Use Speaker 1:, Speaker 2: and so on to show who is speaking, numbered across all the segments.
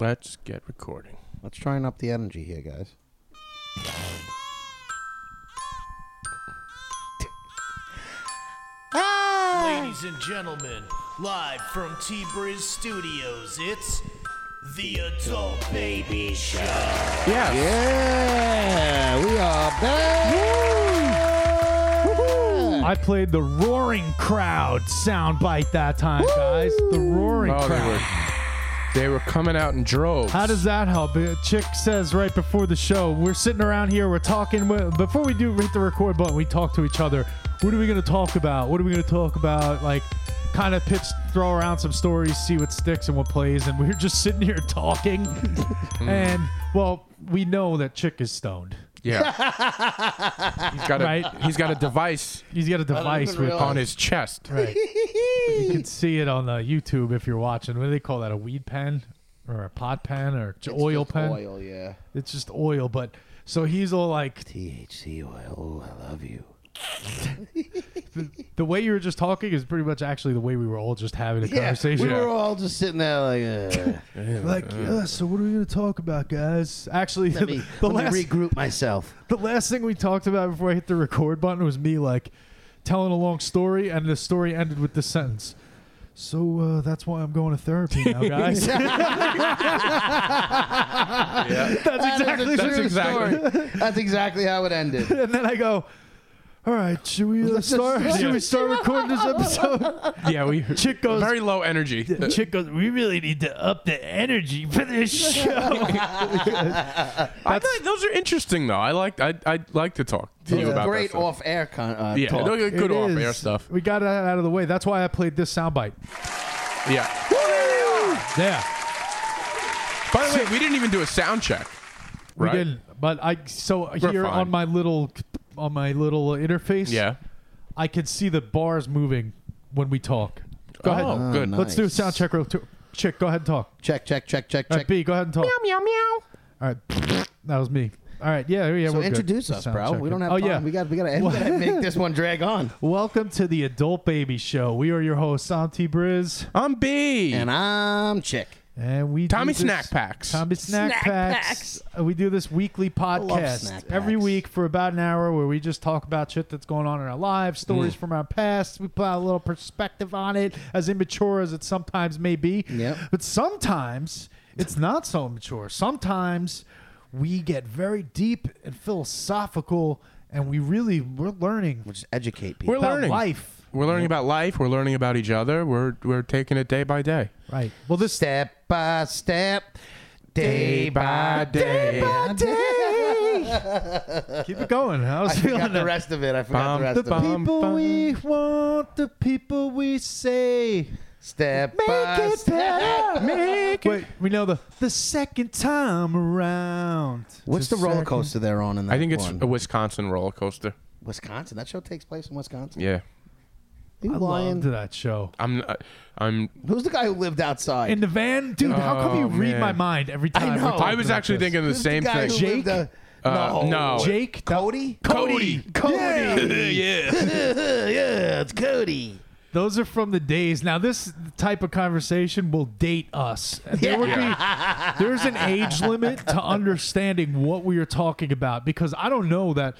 Speaker 1: Let's get recording.
Speaker 2: Let's try and up the energy here, guys.
Speaker 3: Ladies and gentlemen, live from T Briz Studios, it's the Adult Baby Show.
Speaker 1: Yeah.
Speaker 2: Yeah, we are back. Woo!
Speaker 4: I played the roaring crowd soundbite that time, guys. The roaring
Speaker 1: Oh, they
Speaker 4: crowd.
Speaker 1: were they were coming out in droves.
Speaker 4: How does that help? Uh, Chick says right before the show, we're sitting around here, we're talking. we- Before we do hit the record button, we talk to each other. What are we going to talk about? What are we going to talk about? Like, kind of pitch, throw around some stories, see what sticks and what plays. And we we're just sitting here talking. and, well, we know that Chick is stoned.
Speaker 1: Yeah. he's got a
Speaker 4: Right.
Speaker 1: he's got a device
Speaker 4: He's got a device
Speaker 2: even
Speaker 4: with
Speaker 1: on his chest.
Speaker 4: Right. you can see it on the YouTube if you're watching. What do they call that? A weed pen or a pot pen or j- oil
Speaker 2: Just
Speaker 4: pen?
Speaker 2: Oil, yeah.
Speaker 4: It's just oil, but so he's all like
Speaker 2: THC oil. Oh, I love you.
Speaker 4: the way you were just talking is pretty much actually the way we were all just having a conversation.
Speaker 2: we were all just sitting there like, uh,
Speaker 4: Like, yeah, so what are we gonna talk about, guys? Actually,
Speaker 2: let me,
Speaker 4: the
Speaker 2: let
Speaker 4: last
Speaker 2: me regroup myself.
Speaker 4: the last thing we talked about before I hit the record button was me like telling a long story, and the story ended with this sentence. So uh, that's why I'm going to therapy now, guys. That's exactly
Speaker 1: That's
Speaker 4: true.
Speaker 1: exactly.
Speaker 2: That's exactly how it ended.
Speaker 4: and then I go, "All right, should we uh,
Speaker 2: Let's just
Speaker 4: start?
Speaker 2: start
Speaker 4: Should we start recording this episode?"
Speaker 1: Yeah, we
Speaker 4: Chick goes-
Speaker 1: very low energy. Uh,
Speaker 4: Chick goes, "We really need to up the energy for this show."
Speaker 1: I thought those are interesting though. I like I I like to talk to you
Speaker 2: It's
Speaker 1: about
Speaker 2: great
Speaker 1: that stuff.
Speaker 2: off-air con- uh,
Speaker 1: Yeah,
Speaker 2: talk.
Speaker 1: no, good good
Speaker 4: It
Speaker 1: off air
Speaker 4: is.
Speaker 1: stuff.
Speaker 4: We got that out of the way. That's why I played this soundbite.
Speaker 1: Yeah.
Speaker 4: Yeah,
Speaker 1: By the way, we didn't even do a sound check.
Speaker 4: we
Speaker 1: Right?
Speaker 4: didn't. But I so
Speaker 1: We're
Speaker 4: here
Speaker 1: fine.
Speaker 4: on my little on my little uh, interface,
Speaker 1: Yeah.
Speaker 4: I can see the bars moving when we talk. Go
Speaker 1: Oh,
Speaker 4: ahead. Uh,
Speaker 1: good.
Speaker 2: no.
Speaker 4: Let's do a
Speaker 2: Nice.
Speaker 4: sound check real quick. Chick, go ahead and talk.
Speaker 2: Check, check, check, check,
Speaker 4: All
Speaker 2: check.
Speaker 4: right, B, go ahead and talk. Meow, meow, meow. All right, that was me. All right, yeah, yeah.
Speaker 2: so
Speaker 4: we're good.
Speaker 2: introduce us,
Speaker 4: Sound
Speaker 2: bro.
Speaker 4: check.
Speaker 2: We don't have
Speaker 4: Oh
Speaker 2: time.
Speaker 4: yeah.
Speaker 2: We got we got to make this one drag on.
Speaker 4: Welcome to the Adult Baby Show. We are your hosts, Santi Briz,
Speaker 1: I'm B.
Speaker 2: And I'm Chick.
Speaker 4: and we
Speaker 1: Tommy
Speaker 4: do this-
Speaker 1: Snack Packs.
Speaker 4: Tommy Snack, Packs. Uh, We do this weekly
Speaker 2: snack
Speaker 4: podcast every
Speaker 2: packs.
Speaker 4: week for about an hour, where we just talk about shit that's going on in our lives,
Speaker 1: Mm.
Speaker 4: stories from our past. We put a little perspective on it, as immature as it sometimes may be.
Speaker 2: Yep.
Speaker 4: But sometimes it's not so immature. Sometimes we get very deep and philosophical, and we really we're learning
Speaker 2: We'll just educate people.
Speaker 1: We're
Speaker 4: about
Speaker 1: learning.
Speaker 4: life.
Speaker 1: We're learning about life. We're learning about each other. We're we're taking it day by day.
Speaker 4: Right. Well, this
Speaker 2: step by step, day by day.
Speaker 4: Keep it going. I was feeling Um,
Speaker 2: Got the
Speaker 4: that.
Speaker 2: rest of it. I forgot the rest
Speaker 1: Bum, bum.
Speaker 2: of it.
Speaker 4: people we want, the people we say.
Speaker 2: Step
Speaker 4: Make
Speaker 2: by
Speaker 4: it
Speaker 2: step.
Speaker 4: better. Make Wait, we know the the second time around.
Speaker 2: What's the roller coaster they're on in that
Speaker 1: I think it's
Speaker 2: one?
Speaker 1: a Wisconsin roller coaster.
Speaker 2: Wisconsin. That show takes place in Wisconsin.
Speaker 1: Yeah,
Speaker 2: Are you
Speaker 4: I
Speaker 2: lying?
Speaker 4: loved that show.
Speaker 1: I'm I- I'm
Speaker 2: Who's the guy who lived outside?
Speaker 4: In the van, dude. how come you
Speaker 1: Oh,
Speaker 4: read
Speaker 1: man.
Speaker 4: my mind every time? we
Speaker 2: know.
Speaker 4: talk
Speaker 1: I was
Speaker 4: about
Speaker 1: actually
Speaker 4: this?
Speaker 1: thinking the
Speaker 2: Who's
Speaker 1: same
Speaker 2: the guy
Speaker 1: thing.
Speaker 2: Who
Speaker 4: Jake?
Speaker 2: Lived a-
Speaker 1: Uh,
Speaker 2: no.
Speaker 1: no.
Speaker 4: Jake, that-
Speaker 2: Cody?
Speaker 1: Cody.
Speaker 2: Cody.
Speaker 1: yeah.
Speaker 2: yeah, it's Cody.
Speaker 4: Those are from the days. Now, this type of conversation will date us. There would be, there's an age limit to understanding what we are talking about because I don't know that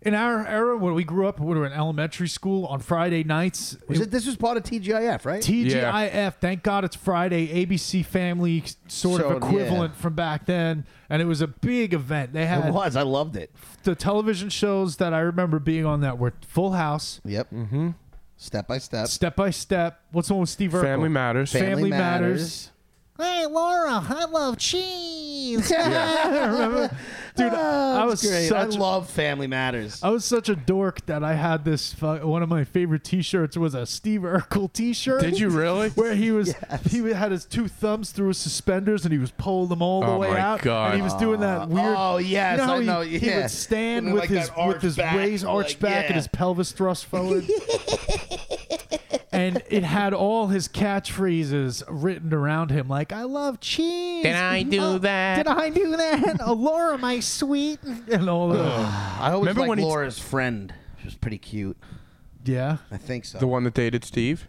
Speaker 4: in our era when we grew up, when we were in elementary school on Friday nights,
Speaker 2: Was it, this was part of TGIF, right?
Speaker 4: TGIF. Thank God it's Friday. ABC Family sort
Speaker 2: So,
Speaker 4: of equivalent from back then, and it was a big event. They
Speaker 2: it
Speaker 4: had
Speaker 2: was. I loved it.
Speaker 4: the television shows that I remember being on that were Full House,
Speaker 2: Yep. Mm-hmm. Step by step.
Speaker 4: Step by Step. What's the one with Steve Urkel?
Speaker 1: Family matters.
Speaker 4: Fam- Family Matters.
Speaker 2: Hey, Laura, I love cheese.
Speaker 4: Dude, I was
Speaker 2: great. I
Speaker 4: such. Uh,
Speaker 2: love Family Matters.
Speaker 4: I was such a dork that I had this. Fu- one of my favorite T-shirts was a Steve Urkel T-shirt.
Speaker 1: Did you really?
Speaker 4: Where he was, he had his two thumbs through his suspenders and he was pulling them all the
Speaker 1: Oh
Speaker 4: way
Speaker 1: my
Speaker 4: out,
Speaker 1: God.
Speaker 4: and he was doing that weird.
Speaker 2: oh, yes,
Speaker 4: you know how
Speaker 2: I
Speaker 4: he,
Speaker 2: know,
Speaker 4: he
Speaker 2: yeah.
Speaker 4: would stand
Speaker 2: And
Speaker 4: with
Speaker 2: like
Speaker 4: his
Speaker 2: that arch
Speaker 4: with his
Speaker 2: back,
Speaker 4: raised arch
Speaker 2: like,
Speaker 4: back and
Speaker 2: yeah.
Speaker 4: his pelvis thrust forward. And it had all his catchphrases written around him, like "I love cheese."
Speaker 1: Did I do
Speaker 4: Oh,
Speaker 1: that?"
Speaker 4: Did I do that? oh, Laura, my sweet, and all of that.
Speaker 2: I always
Speaker 1: Remember
Speaker 2: liked
Speaker 1: when he-
Speaker 2: Laura's friend. She was pretty cute.
Speaker 4: Yeah,
Speaker 2: I think so.
Speaker 1: the one that dated Steve.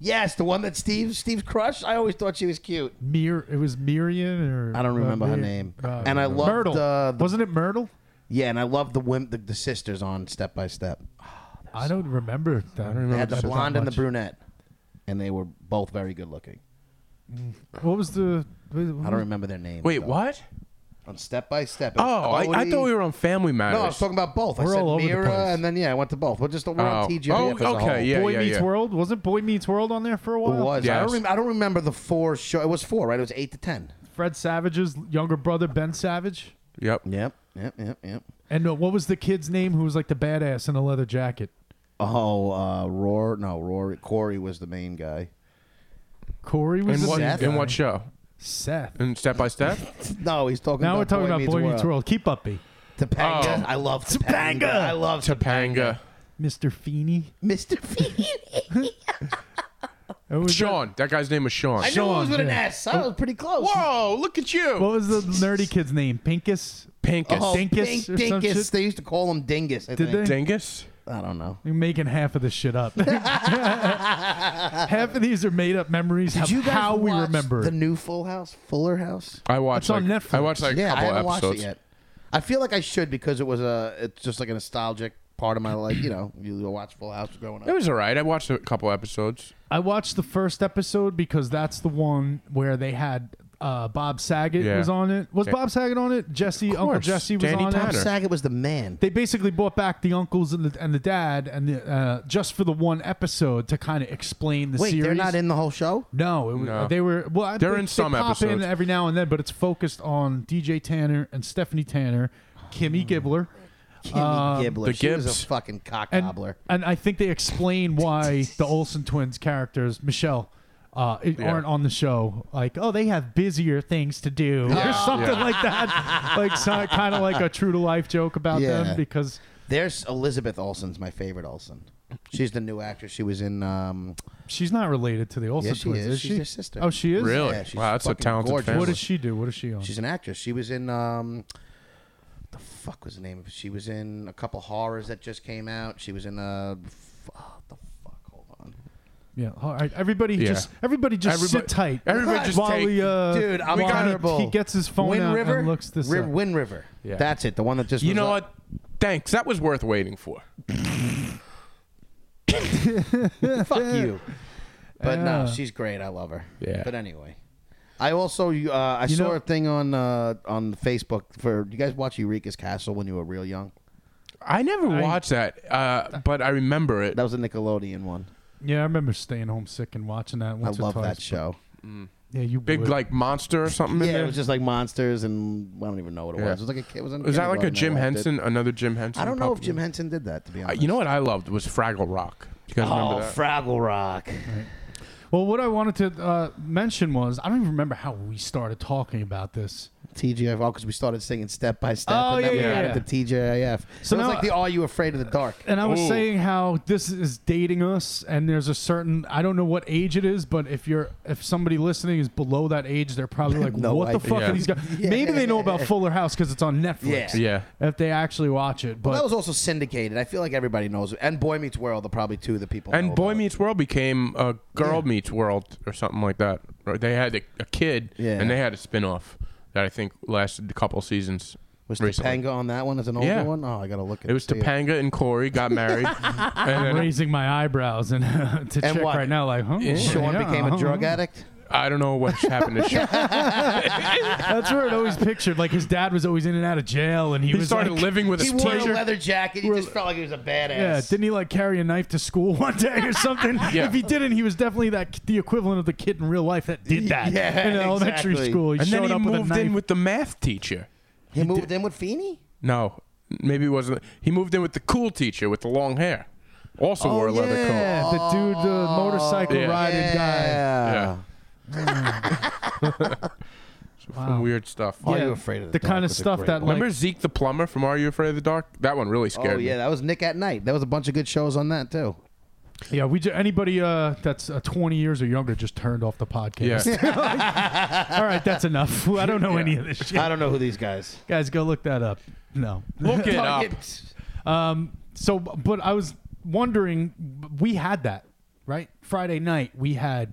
Speaker 2: Yes, the one that Steve Steve crushed. I always thought she was cute.
Speaker 4: Mir, it was Miriam or
Speaker 2: I don't
Speaker 4: uh,
Speaker 2: remember her
Speaker 4: Mir-
Speaker 2: name.
Speaker 4: uh,
Speaker 2: And I loved,
Speaker 4: Myrtle.
Speaker 2: uh, the-
Speaker 4: Wasn't it Myrtle?
Speaker 2: Yeah, and I love the wim the, the sisters on Step by Step.
Speaker 4: I don't remember. That. I don't remember.
Speaker 2: They had the
Speaker 4: that
Speaker 2: blonde and the
Speaker 4: much.
Speaker 2: brunette, and they were both very good looking.
Speaker 4: What was the?
Speaker 2: I don't remember their names.
Speaker 1: Wait,
Speaker 2: though.
Speaker 1: what?
Speaker 2: On Step by Step.
Speaker 1: Oh, I, I thought we were on Family Matters.
Speaker 2: No, I was talking about both. I
Speaker 4: We're
Speaker 2: said
Speaker 4: all over the
Speaker 2: Mira,
Speaker 4: place.
Speaker 2: and then yeah, I went to both. We're just we're
Speaker 1: Oh.
Speaker 2: on TGIF
Speaker 1: Oh,
Speaker 2: as a
Speaker 1: okay,
Speaker 2: whole.
Speaker 1: yeah.
Speaker 4: Boy Meets World wasn't Boy Meets World on there for a
Speaker 2: It
Speaker 4: while?
Speaker 2: was. I, don't
Speaker 1: Yes.
Speaker 2: rem- I don't remember the four show. It was four, right? It was eight to ten.
Speaker 4: Fred Savage's younger brother Ben Savage,
Speaker 1: Yep.
Speaker 2: Yep. Yep. Yep. Yep.
Speaker 4: and uh, what was the kid's name who was like the badass in a leather jacket?
Speaker 2: Oh, uh, Roar. No, Roar. Corey was the main guy.
Speaker 4: Corey was
Speaker 1: In
Speaker 4: the
Speaker 1: what,
Speaker 4: main
Speaker 2: Seth?
Speaker 1: in
Speaker 4: guy.
Speaker 1: what show?
Speaker 4: Seth.
Speaker 1: In Step by Step?
Speaker 2: No, he's talking.
Speaker 4: Now
Speaker 2: about
Speaker 4: we're talking
Speaker 2: Boy
Speaker 4: about
Speaker 2: Meets
Speaker 4: Boy Meets World. Keep up, B.
Speaker 2: Topanga.
Speaker 1: Oh.
Speaker 2: I love Topanga. I love
Speaker 1: Topanga.
Speaker 4: Mr. Feeney.
Speaker 2: Mr. Feeney.
Speaker 4: What was that-
Speaker 1: Sean. That guy's name was Sean.
Speaker 2: I knew it was with an
Speaker 4: yeah.
Speaker 2: S. I was pretty close.
Speaker 1: Whoa, look at you.
Speaker 4: What was the nerdy kid's name? Pinkus.
Speaker 1: Pinkus.
Speaker 2: Oh,
Speaker 4: Dinkus
Speaker 2: Dink-
Speaker 4: or some
Speaker 2: Dinkus.
Speaker 4: shit?
Speaker 2: They used to call him Dingus. I
Speaker 4: Did
Speaker 2: think.
Speaker 1: Dingus?
Speaker 2: I don't know.
Speaker 4: You're making half of this shit up. half of these are made up memories of how we
Speaker 2: watch
Speaker 4: remember.
Speaker 2: the
Speaker 4: it.
Speaker 2: new Full House, Fuller House?
Speaker 1: I watched
Speaker 4: It's on
Speaker 1: like-
Speaker 4: Netflix.
Speaker 1: I watched like
Speaker 2: yeah,
Speaker 1: a
Speaker 2: I haven't
Speaker 1: couple
Speaker 2: watched it
Speaker 1: episodes.
Speaker 2: yet. I feel like I should because it was a. It's just like a nostalgic part of my life. You know, you watch Full House growing up.
Speaker 1: It was all right. I watched a couple episodes.
Speaker 4: I watched the first episode because that's the one where they had uh, Bob Saget
Speaker 1: Yeah.
Speaker 4: was on it. Was
Speaker 1: Yeah.
Speaker 4: Bob Saget on it? Jesse, Uncle
Speaker 1: course.
Speaker 4: Jesse was
Speaker 1: Danny
Speaker 4: on
Speaker 1: Tanner.
Speaker 4: it.
Speaker 2: Saget was the man.
Speaker 4: They basically brought back the uncles and the, and the dad and the uh, just for the one episode to kind of explain the
Speaker 2: Wait,
Speaker 4: series.
Speaker 2: they're not in the whole show.
Speaker 4: No, it was,
Speaker 1: No.
Speaker 4: they were. Well, I-
Speaker 1: They're
Speaker 4: they-
Speaker 1: in
Speaker 4: they
Speaker 1: some
Speaker 4: pop in
Speaker 1: episodes.
Speaker 4: every now and then, but it's focused on DJ Tanner and Stephanie Tanner,
Speaker 1: Hmm.
Speaker 4: Kimmy Gibbler,
Speaker 2: Kimmy Gibbler.
Speaker 1: the
Speaker 2: she was
Speaker 1: Gibbs.
Speaker 2: a fucking cock
Speaker 4: and
Speaker 2: gobbler.
Speaker 4: and I think they explain why the Olsen twins characters, Michelle. Uh, it-
Speaker 1: Yeah.
Speaker 4: aren't on the show like oh they have busier things to do or something
Speaker 1: Yeah.
Speaker 4: like that like so, kind of like a true to life joke about
Speaker 2: Yeah.
Speaker 4: them because
Speaker 2: There's Elizabeth Olsen's my favorite Olsen. She's the new actress. She was in. Um,
Speaker 4: she's not related to the Olsen
Speaker 2: she
Speaker 4: twins
Speaker 2: is.
Speaker 4: is
Speaker 2: She's
Speaker 4: she
Speaker 2: their sister.
Speaker 4: oh she is
Speaker 1: Really?
Speaker 2: Yeah, she's
Speaker 1: wow, that's a
Speaker 2: fucking
Speaker 1: talented
Speaker 2: gorgeous.
Speaker 1: family.
Speaker 4: what does she do what is she on
Speaker 2: she's an actress. She was in. Um, the fuck was the name? of She was in a couple horrors that just came out. She was in a. Fuck, the fuck. Hold on.
Speaker 4: Yeah. All right. Everybody
Speaker 1: Yeah.
Speaker 4: just everybody just
Speaker 1: Everybody-
Speaker 4: sit tight.
Speaker 1: everybody just
Speaker 4: while
Speaker 1: take-
Speaker 4: we, uh,
Speaker 2: Dude, I'm
Speaker 4: while
Speaker 2: terrible.
Speaker 4: He gets his phone
Speaker 2: Wind
Speaker 4: out
Speaker 2: River
Speaker 4: and looks this
Speaker 2: Ri-
Speaker 4: up.
Speaker 2: Wind River.
Speaker 1: Yeah.
Speaker 2: That's it. The one that just.
Speaker 1: You
Speaker 2: was
Speaker 1: know
Speaker 2: up.
Speaker 1: what? Thanks. That was worth waiting for.
Speaker 2: Fuck you. But
Speaker 4: Yeah.
Speaker 2: no, she's great. I love her.
Speaker 1: Yeah.
Speaker 2: But anyway, I also uh, I saw
Speaker 4: know-
Speaker 2: a thing on uh, on Facebook for you guys watch Eureka's Castle when you were real young.
Speaker 1: I never
Speaker 4: I-
Speaker 1: watched that, uh, but I remember it.
Speaker 2: That was a Nickelodeon one.
Speaker 4: Yeah, I remember staying home sick and watching that once
Speaker 2: I
Speaker 4: or
Speaker 2: love
Speaker 4: twice.
Speaker 2: that show.
Speaker 4: Yeah, you
Speaker 1: Big
Speaker 4: would.
Speaker 1: like monster or something in
Speaker 2: Yeah,
Speaker 1: there.
Speaker 2: it was just like monsters and I don't even know what it
Speaker 1: Yeah.
Speaker 2: was. It was like a kid. It was, on
Speaker 1: was that like
Speaker 2: Nickelodeon. I
Speaker 1: a Jim
Speaker 2: loved it.
Speaker 1: Henson? Another Jim Henson?
Speaker 2: I don't know if
Speaker 1: puppet?
Speaker 2: Jim Henson did that. To be
Speaker 1: Uh,
Speaker 2: honest,
Speaker 1: you know what I loved was Fraggle Rock. You guys
Speaker 2: Oh,
Speaker 1: remember that?
Speaker 2: Fraggle Rock.
Speaker 4: Well, what I wanted to uh, mention was I don't even remember how we started talking about this.
Speaker 2: TGIF, because oh, we started singing step by step,
Speaker 4: Oh,
Speaker 2: and then
Speaker 4: yeah,
Speaker 2: we
Speaker 4: yeah,
Speaker 2: got
Speaker 4: yeah.
Speaker 2: into TGIF. So
Speaker 4: So
Speaker 2: it was
Speaker 4: now-
Speaker 2: like the Are You Afraid of the Dark?
Speaker 4: And I was
Speaker 1: Ooh.
Speaker 4: saying how this is dating us, and there's a certain I don't know what age it is, but if you're if somebody listening is below that age, they're probably like,
Speaker 2: No
Speaker 4: "What the
Speaker 2: idea.
Speaker 4: fuck
Speaker 1: Yeah.
Speaker 4: are these guys?" Maybe they know about Fuller House because it's on Netflix.
Speaker 2: Yeah.
Speaker 1: Yeah.
Speaker 4: If they actually watch it, but
Speaker 2: That was also syndicated. I feel like everybody knows. it. And Boy Meets World are probably two of the people. know
Speaker 1: And Boy
Speaker 2: about.
Speaker 1: Meets World became a Girl Meets World or something like that. Or They had a, a kid,
Speaker 2: Yeah.
Speaker 1: and they had a spin-off that I think lasted a couple seasons.
Speaker 2: was
Speaker 1: recently.
Speaker 2: Topanga on that one as an older
Speaker 1: Yeah.
Speaker 2: one. Oh, I gotta look at
Speaker 1: It was
Speaker 2: see
Speaker 1: Topanga and Corey got married, and
Speaker 4: I'm
Speaker 1: then
Speaker 4: raising my eyebrows and to check
Speaker 2: what?
Speaker 4: right now, like, huh?
Speaker 2: Sean
Speaker 4: yeah,
Speaker 2: became a
Speaker 1: uh-huh.
Speaker 4: huh?
Speaker 2: drug addict.
Speaker 1: I don't know what happened to Sean.
Speaker 4: That's where it always pictured. Like his dad was always in and out of jail, and he,
Speaker 1: He
Speaker 4: was
Speaker 1: started
Speaker 4: like,
Speaker 1: living with
Speaker 2: He
Speaker 1: his
Speaker 2: wore a
Speaker 1: teacher.
Speaker 2: leather jacket. He just felt like he was a badass.
Speaker 4: Yeah, didn't he like carry a knife to school one day or something?
Speaker 1: Yeah.
Speaker 4: If he didn't, he was definitely that the equivalent of the kid in real life that did that
Speaker 2: Yeah,
Speaker 4: in elementary
Speaker 2: exactly.
Speaker 4: school. He
Speaker 1: And then
Speaker 4: showed
Speaker 1: he
Speaker 4: up with a
Speaker 1: moved
Speaker 4: knife.
Speaker 1: in with the math teacher.
Speaker 2: he moved in with Feeney.
Speaker 1: No, maybe it wasn't. He moved in with the cool teacher with the long hair. Also
Speaker 4: Oh,
Speaker 1: wore a leather
Speaker 4: yeah,
Speaker 1: coat.
Speaker 4: the dude, the motorcycle
Speaker 1: Yeah.
Speaker 4: riding guy.
Speaker 1: Yeah. Some weird stuff.
Speaker 2: Are
Speaker 4: Yeah,
Speaker 2: you afraid of the,
Speaker 4: the
Speaker 2: Dark
Speaker 4: kind of
Speaker 2: was a
Speaker 4: stuff
Speaker 2: great
Speaker 4: that,
Speaker 2: one.
Speaker 4: like-
Speaker 1: Remember Zeke the plumber from Are You Afraid of the Dark? That one really scared
Speaker 2: Oh yeah,
Speaker 1: me.
Speaker 2: that was Nick at Night. That was a bunch of good shows on that too.
Speaker 4: Yeah, we ju- anybody uh, that's uh, 20 years or younger just turned off the podcast. All right, that's enough. I don't know any of this shit.
Speaker 2: I don't know who these guys.
Speaker 4: Guys, go look that up. No.
Speaker 1: Look it up.
Speaker 2: Fucking-
Speaker 4: Um, so, but I was wondering, we had that, right? Friday night we had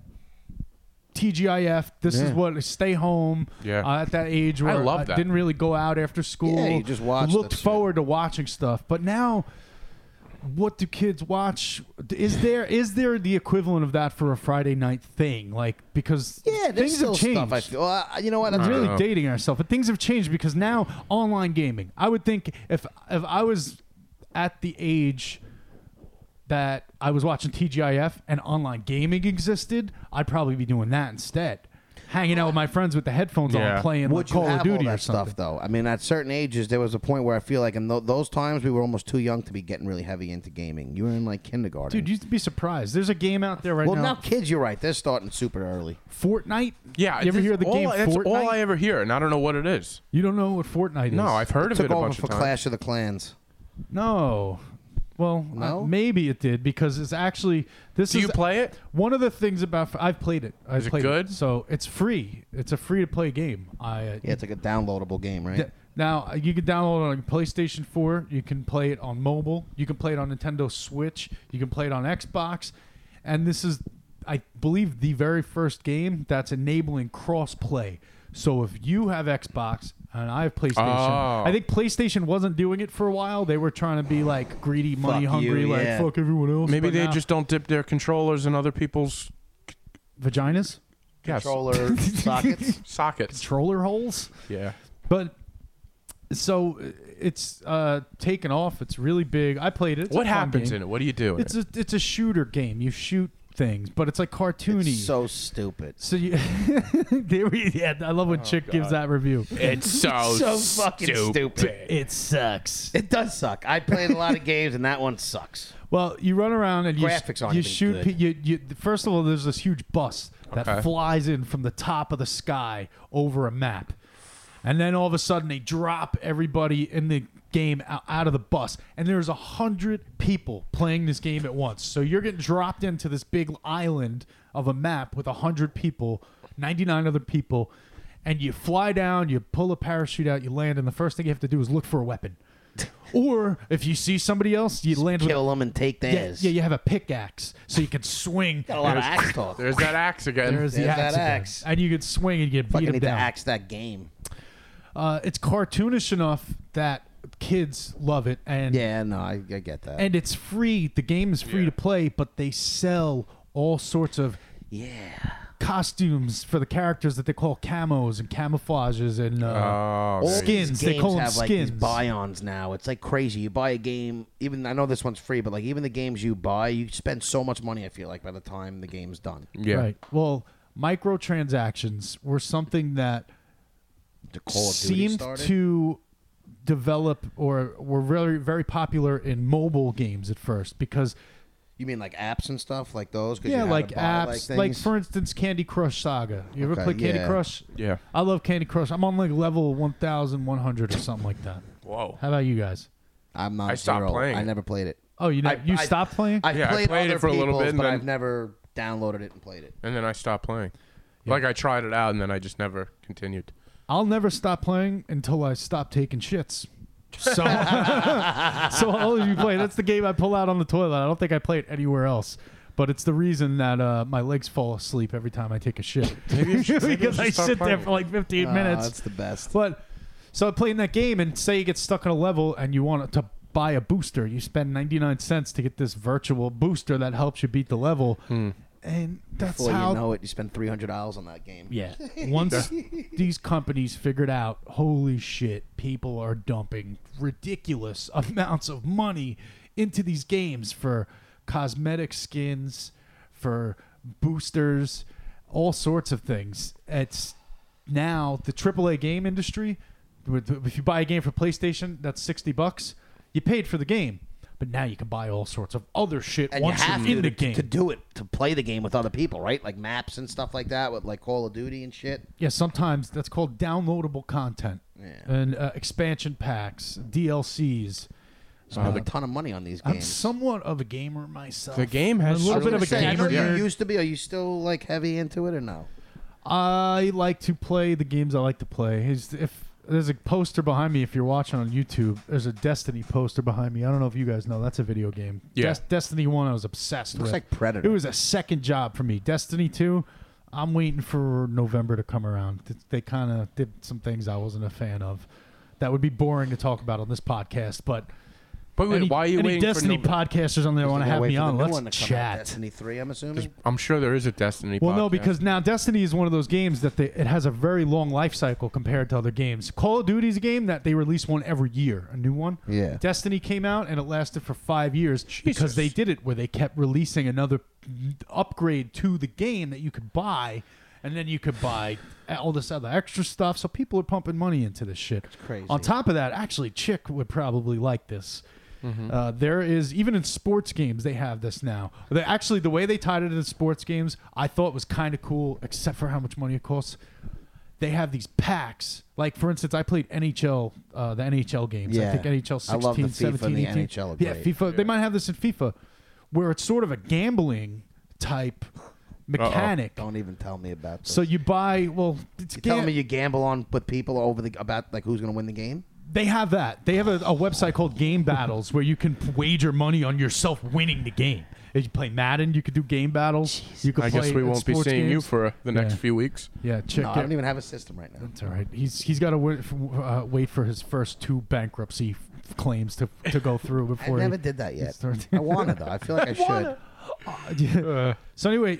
Speaker 4: TGIF. This is what stay home.
Speaker 1: Yeah.
Speaker 4: uh, at that age where I,
Speaker 1: love that.
Speaker 4: didn't really go out after school.
Speaker 2: Yeah, you just watch
Speaker 4: Looked
Speaker 2: that shit.
Speaker 4: forward to watching stuff, but now. What do kids watch? Is there is there the equivalent of that for a Friday night thing? Like because
Speaker 2: Yeah, there's
Speaker 4: things
Speaker 2: still
Speaker 4: have changed.
Speaker 2: stuff. I feel. Uh, you know what? That's
Speaker 4: I'm really
Speaker 1: know.
Speaker 4: dating ourselves, but things have changed because now online gaming. I would think if if I was at the age that I was watching TGIF and online gaming existed, I'd probably be doing that instead, hanging out with my friends with the headphones
Speaker 1: Yeah.
Speaker 4: on, playing like
Speaker 2: Would you
Speaker 4: Call
Speaker 2: have
Speaker 4: of Duty
Speaker 2: all
Speaker 4: or
Speaker 2: that
Speaker 4: something.
Speaker 2: stuff though? I mean, at certain ages, there was a point where I feel like in tho- those times we were almost too young to be getting really heavy into gaming. You were in like kindergarten.
Speaker 4: Dude, you'd be surprised. There's a game out there right
Speaker 2: well,
Speaker 4: now,
Speaker 2: now kids, you're right. They're starting super early.
Speaker 4: Fortnite.
Speaker 1: Yeah,
Speaker 4: you ever
Speaker 1: this-
Speaker 4: hear the
Speaker 1: all,
Speaker 4: game
Speaker 1: That's
Speaker 4: Fortnite?
Speaker 1: all I ever hear, and I don't know what it is.
Speaker 4: you don't know what Fortnite is.
Speaker 1: No, I've heard of
Speaker 2: Took
Speaker 1: it a
Speaker 2: over
Speaker 1: bunch
Speaker 2: for
Speaker 1: of times.
Speaker 2: Clash of the Clans.
Speaker 4: No. Well, uh,
Speaker 2: No?
Speaker 4: maybe it did because it's actually this
Speaker 1: Do
Speaker 4: is
Speaker 1: you play it?
Speaker 4: One of the things about I've played it. I've
Speaker 1: Is it
Speaker 4: played
Speaker 1: good?
Speaker 4: So it's free. It's a free to play game. I uh,
Speaker 2: Yeah, it's like a downloadable game, right?
Speaker 4: d- now uh, you can download it on PlayStation 4. You can play it on mobile. You can play it on Nintendo Switch. You can play it on Xbox. And this is, I believe, the very first game that's enabling cross play. So if you have Xbox and I have PlayStation,
Speaker 1: Oh.
Speaker 4: I think PlayStation wasn't doing it for a while. They were trying to be like greedy, money hungry,
Speaker 2: you,
Speaker 4: like
Speaker 2: yeah.
Speaker 4: fuck everyone else.
Speaker 1: Maybe
Speaker 4: but
Speaker 1: they
Speaker 4: now-
Speaker 1: just don't dip their controllers in other people's
Speaker 4: vaginas,
Speaker 1: yes,
Speaker 2: Controller sockets.
Speaker 1: sockets.
Speaker 4: troller holes.
Speaker 1: Yeah.
Speaker 4: But so uh, it's uh, taken off. It's really big. I played it. It's
Speaker 1: What
Speaker 4: a fun
Speaker 1: happens
Speaker 4: game.
Speaker 1: in it? What do you do? in
Speaker 4: It's a it's a shooter game. You shoot things, but it's like cartoony.
Speaker 2: It's so stupid.
Speaker 4: So you, there we, yeah, I love
Speaker 2: Oh,
Speaker 4: when Chick gives that review.
Speaker 1: It's so,
Speaker 2: So fucking stupid.
Speaker 4: It sucks.
Speaker 2: It does suck. I played a lot of games, and that one sucks.
Speaker 4: Well, you run around and you s-
Speaker 2: Graphics aren't
Speaker 4: you
Speaker 2: even
Speaker 4: shoot.
Speaker 2: good.
Speaker 4: pe- You, you, first of all, there's this huge bus that
Speaker 1: Okay.
Speaker 4: flies in from the top of the sky over a map, and then all of a sudden they drop everybody in the game out, out of the bus, and there's a hundred people playing this game at once. So you're getting dropped into this big island of a map with a hundred people, ninety nine other people, and you fly down, you pull a parachute out, you land, and the first thing you have to do is look for a weapon. Or if you see somebody else, you land with a
Speaker 2: Kill them and take
Speaker 4: yeah,
Speaker 2: theirs.
Speaker 4: yeah, you have a pickaxe, so you can swing.
Speaker 2: Got a lot of
Speaker 4: There's-
Speaker 2: axe talk.
Speaker 1: There's that axe again.
Speaker 4: There's the
Speaker 2: There's that
Speaker 4: axe, again.
Speaker 2: axe.
Speaker 4: and you can swing and get
Speaker 2: Fucking
Speaker 4: beat him
Speaker 2: need to
Speaker 4: down.
Speaker 2: axe that game.
Speaker 4: Uh, it's cartoonish enough that kids love it, and
Speaker 2: Yeah, no, I, I get that.
Speaker 4: and it's free. The game is free to play, but they sell all sorts of
Speaker 2: yeah.
Speaker 4: costumes for the characters that they call camos and camouflages and uh,
Speaker 1: Oh,
Speaker 2: All these
Speaker 4: skins. They
Speaker 2: games
Speaker 4: call them
Speaker 2: have like
Speaker 4: skins.
Speaker 2: these buy-ons now. It's like crazy. You buy a game, even I know this one's free, but like even the games you buy, you spend so much money. I feel like by the time the game's done,
Speaker 1: yeah.
Speaker 4: Right. Well, microtransactions were something that
Speaker 2: the Call of Duty
Speaker 4: seemed
Speaker 2: started.
Speaker 4: to develop or were very very popular in mobile games at first because
Speaker 2: you mean like apps and stuff like those? 'Cause you
Speaker 4: yeah
Speaker 2: had to
Speaker 4: like
Speaker 2: buy,
Speaker 4: apps like,
Speaker 2: things?
Speaker 4: for instance Candy Crush Saga you ever
Speaker 2: Okay,
Speaker 4: play Candy
Speaker 2: yeah.
Speaker 4: Crush
Speaker 1: Yeah.
Speaker 4: I love Candy Crush I'm on like level 1100 or something like that
Speaker 1: Whoa.
Speaker 4: how about you guys
Speaker 2: I'm not.
Speaker 1: I stopped
Speaker 2: zero.
Speaker 1: playing
Speaker 2: I
Speaker 1: it.
Speaker 2: never played it.
Speaker 4: oh you know, you stopped playing
Speaker 2: I
Speaker 1: Yeah, I
Speaker 2: played,
Speaker 1: played it
Speaker 2: other
Speaker 1: for a little
Speaker 2: people's,
Speaker 1: bit and
Speaker 2: but
Speaker 1: then-
Speaker 2: I've never downloaded it and played it.
Speaker 1: And then I stopped playing. Like I tried it out and then I just never continued.
Speaker 4: I'll never stop playing until I stop taking shits. So, so I'll always be playing. That's the game I pull out on the toilet. I don't think I play it anywhere else. But it's the reason that uh, my legs fall asleep every time I take a shit.
Speaker 1: Maybe you should- maybe you
Speaker 4: because
Speaker 1: should
Speaker 4: I
Speaker 1: stop
Speaker 4: sit there
Speaker 1: playing.
Speaker 4: for like 15 minutes.
Speaker 2: Ah, the best.
Speaker 4: But so I played in that game, and say you get stuck on a level and you want to buy a booster, you spend 99 cents to get this virtual booster that helps you beat the level.
Speaker 1: Hmm.
Speaker 4: And that's
Speaker 2: Before
Speaker 4: how
Speaker 2: you know it, you spend three hundred dollars on that game.
Speaker 4: yeah. Once these companies figured out, holy shit, people are dumping ridiculous amounts of money into these games for cosmetic skins, for boosters, all sorts of things. It's now the AAA game industry. with- If you buy a game for PlayStation, that's 60 bucks. You paid for the game, but now you can buy all sorts of other shit
Speaker 2: and
Speaker 4: once
Speaker 2: you have
Speaker 4: you're in
Speaker 2: to,
Speaker 4: the
Speaker 2: to-
Speaker 4: game.
Speaker 2: to do it to play the game with other people, right? Like maps and stuff like that with like Call of Duty and shit.
Speaker 4: Yeah, sometimes that's called downloadable content and uh, expansion packs, DLCs.
Speaker 2: Spend a ton of money on these
Speaker 4: Uh, I'm
Speaker 2: games.
Speaker 4: somewhat of a gamer myself.
Speaker 1: The game has
Speaker 4: a
Speaker 2: I
Speaker 4: little
Speaker 2: was
Speaker 4: bit of
Speaker 2: gonna
Speaker 4: a
Speaker 2: say, I know
Speaker 4: gamer.
Speaker 2: you
Speaker 1: nerd.
Speaker 2: used to be. Are you still like heavy into it or no?
Speaker 4: I like to play the games I like to play. Is if there's a poster behind me. If you're watching on YouTube, there's a Destiny poster behind me. I don't know if you guys know. That's a video game.
Speaker 1: Yeah.
Speaker 4: Destiny One, I was obsessed
Speaker 2: Looks
Speaker 4: with.
Speaker 2: like Predator.
Speaker 4: It was a second job for me. Destiny Two, I'm waiting for November to come around. Th- They kind of did some things I wasn't a fan of. That would be boring to talk about on this podcast, but
Speaker 1: But wait,
Speaker 4: any,
Speaker 1: why are you
Speaker 4: any
Speaker 1: waiting
Speaker 4: Destiny
Speaker 1: for November?
Speaker 4: podcasters on there want to
Speaker 2: Gotta
Speaker 4: have
Speaker 2: wait
Speaker 4: me
Speaker 2: for the
Speaker 4: on?
Speaker 2: new one
Speaker 4: Let's
Speaker 2: to come out,
Speaker 4: chat.
Speaker 2: Destiny three, I'm assuming.
Speaker 1: I'm sure there is a Destiny.
Speaker 4: Well, no,
Speaker 1: podcast.
Speaker 4: because now Destiny is one of those games that they, it has a very long life cycle compared to other games. Call of Duty's a game that they release one every year, a new one.
Speaker 2: Yeah.
Speaker 4: Destiny came out and it lasted for five years
Speaker 1: Jesus.
Speaker 4: because they did it where they kept releasing another upgrade to the game that you could buy, and then you could buy all this other extra stuff. So people are pumping money into this shit. It's
Speaker 2: crazy.
Speaker 4: On top of that, actually, Chick would probably like this. Uh, there is even in sports games they have this now. They, actually, the way they tied it to sports games, I thought was kind of cool, except for how much money it costs. They have these packs. Like for instance, I played NHL, uh, the NHL games. I
Speaker 2: Yeah.
Speaker 4: think NHL 16,
Speaker 2: I love the FIFA
Speaker 4: 17,
Speaker 2: and the
Speaker 4: 18.
Speaker 2: NHL are
Speaker 4: yeah,
Speaker 2: great.
Speaker 4: FIFA. They might have this in FIFA, where it's sort of a gambling type mechanic.
Speaker 2: Don't even tell me about this.
Speaker 4: So you buy well, it's
Speaker 2: you telling
Speaker 4: gam-
Speaker 2: me you gamble on with people over the about like who's gonna win the game?
Speaker 4: They have that. They have a, a website called Game Battles where you can p- wager money on yourself winning the game. If you play Madden, you could do game battles. You could
Speaker 1: I
Speaker 4: play
Speaker 1: guess we
Speaker 4: at
Speaker 1: won't be
Speaker 4: sports
Speaker 1: seeing you
Speaker 4: games.
Speaker 1: for the next
Speaker 4: Yeah.
Speaker 1: few weeks.
Speaker 4: Yeah, check
Speaker 2: No,
Speaker 4: it.
Speaker 2: I don't even have a system right now.
Speaker 4: it's all right. He's he's got to wait for, uh, wait for his first two bankruptcy f- claims to to go through
Speaker 2: I
Speaker 4: before. he-
Speaker 2: never did that
Speaker 4: he
Speaker 2: yet.
Speaker 4: starts-
Speaker 2: I wanna though. I feel like I should.
Speaker 4: Yeah. so anyway,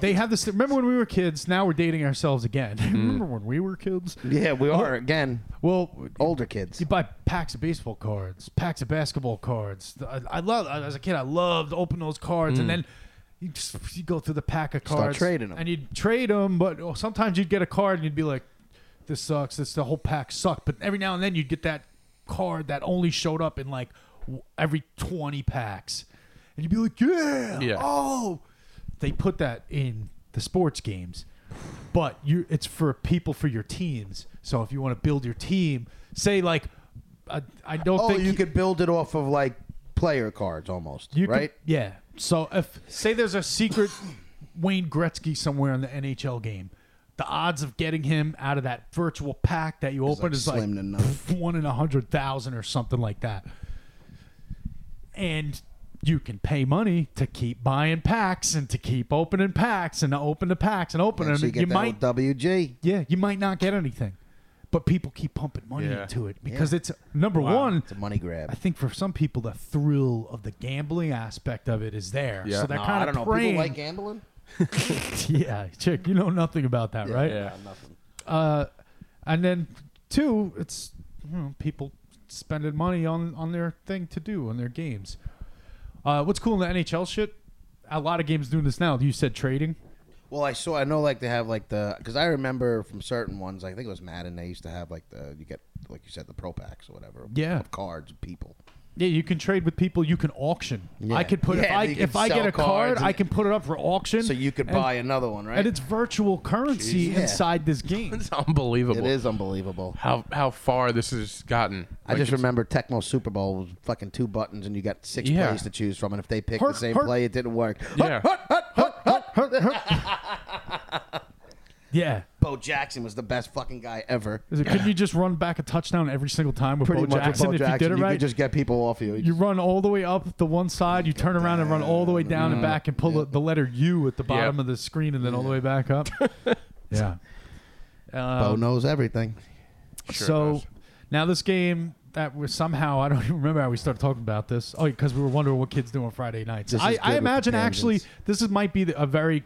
Speaker 4: they have this. Remember when we were kids? Now we're dating ourselves again. remember when we were kids?
Speaker 2: Yeah,
Speaker 4: Oh.
Speaker 2: we are again
Speaker 4: Well,
Speaker 2: older kids.
Speaker 4: You buy packs of baseball cards, packs of basketball cards. I, I love as a kid. I loved opening those cards, and then you just you go through the pack of cards,
Speaker 2: trading 'em.
Speaker 4: and you'd trade them. But oh, sometimes you'd get a card, and you'd be like, "This sucks. This the whole pack sucked." But every now and then you'd get that card that only showed up in like w- every twenty packs, and you'd be like, "Yeah,
Speaker 1: Yeah.
Speaker 4: oh." They put that in the sports games but you it's for people for your teams. So if you want to build your team, say like I, I don't
Speaker 2: Oh,
Speaker 4: think
Speaker 2: you could build it off of like player cards almost,
Speaker 4: you could-
Speaker 2: right?
Speaker 4: yeah. So if say there's a secret Wayne Gretzky somewhere in the NHL game, the odds of getting him out of that virtual pack that you opened
Speaker 2: like,
Speaker 4: is like
Speaker 2: slim to none.
Speaker 4: one in a hundred thousand or something like that. And you can pay money to keep buying packs and to keep opening packs and to open the packs and open
Speaker 2: And
Speaker 4: them.
Speaker 2: so you get that
Speaker 4: might
Speaker 2: old WG.
Speaker 4: Yeah, you might not get anything, but people keep pumping money
Speaker 1: Yeah.
Speaker 4: into it because it's number one.
Speaker 2: Ah, It's a money grab.
Speaker 4: I think for some people, the thrill of the gambling aspect of it is there.
Speaker 1: Yeah.
Speaker 4: So they're
Speaker 1: No,
Speaker 4: kind
Speaker 2: I
Speaker 4: of
Speaker 2: don't know.
Speaker 4: praying.
Speaker 2: People like gambling.
Speaker 4: yeah, chick, you know nothing about that, right?
Speaker 1: Yeah.
Speaker 4: Uh, and then two, it's you know, people spending money on on their thing to do on their games. Uh, what's cool in the NHL shit? A lot of games doing this now. You said trading.
Speaker 2: Well, I saw. I know, like they have like the because I remember from certain ones. I think it was Madden. They used to have like the you get like you said the pro packs or whatever.
Speaker 4: Yeah.
Speaker 2: of cards, of people.
Speaker 4: Yeah, you can trade with people. You can auction.
Speaker 2: Yeah.
Speaker 4: I could put if
Speaker 2: Yeah,
Speaker 4: I
Speaker 2: you can
Speaker 4: if I get
Speaker 2: sell
Speaker 4: a card,
Speaker 2: cards
Speaker 4: I
Speaker 2: and-
Speaker 4: can put it up for auction.
Speaker 2: So you could
Speaker 4: and-
Speaker 2: buy another one, right?
Speaker 4: and it's virtual currency
Speaker 2: Jeez. Yeah.
Speaker 4: inside this game.
Speaker 1: It's unbelievable.
Speaker 2: it is unbelievable.
Speaker 1: How how far this has gotten.
Speaker 2: I just remember Tecmo Super Bowl was fucking two buttons and you got six
Speaker 1: Yeah.
Speaker 2: plays to choose from, and if they picked
Speaker 4: Hurt,
Speaker 2: the same
Speaker 4: hurt.
Speaker 2: play, it didn't work.
Speaker 1: Yeah.
Speaker 4: Yeah.
Speaker 2: Bo Jackson was the best fucking guy ever.
Speaker 4: Is it, could you just run back a touchdown every single time with
Speaker 2: Pretty
Speaker 4: Bo
Speaker 2: much with
Speaker 4: Jackson
Speaker 2: Bo
Speaker 4: if
Speaker 2: Jackson,
Speaker 4: you did it
Speaker 2: could
Speaker 4: right?
Speaker 2: just get people off you.
Speaker 4: you run all the way up the one side, you turn around and run all the way down
Speaker 2: Mm-hmm.
Speaker 4: and back and pull the, the letter U at the bottom
Speaker 1: Yeah.
Speaker 4: of the screen and then all the way back up. yeah.
Speaker 2: Bo knows everything.
Speaker 1: Sure
Speaker 4: so
Speaker 1: does.
Speaker 4: now this game that was somehow I don't even remember how we started talking about this. Oh, because we were wondering what kids do on Friday nights.
Speaker 2: This is
Speaker 4: I,
Speaker 2: good with
Speaker 4: I
Speaker 2: the
Speaker 4: imagine actually
Speaker 2: tangents.
Speaker 4: this is might be the- a very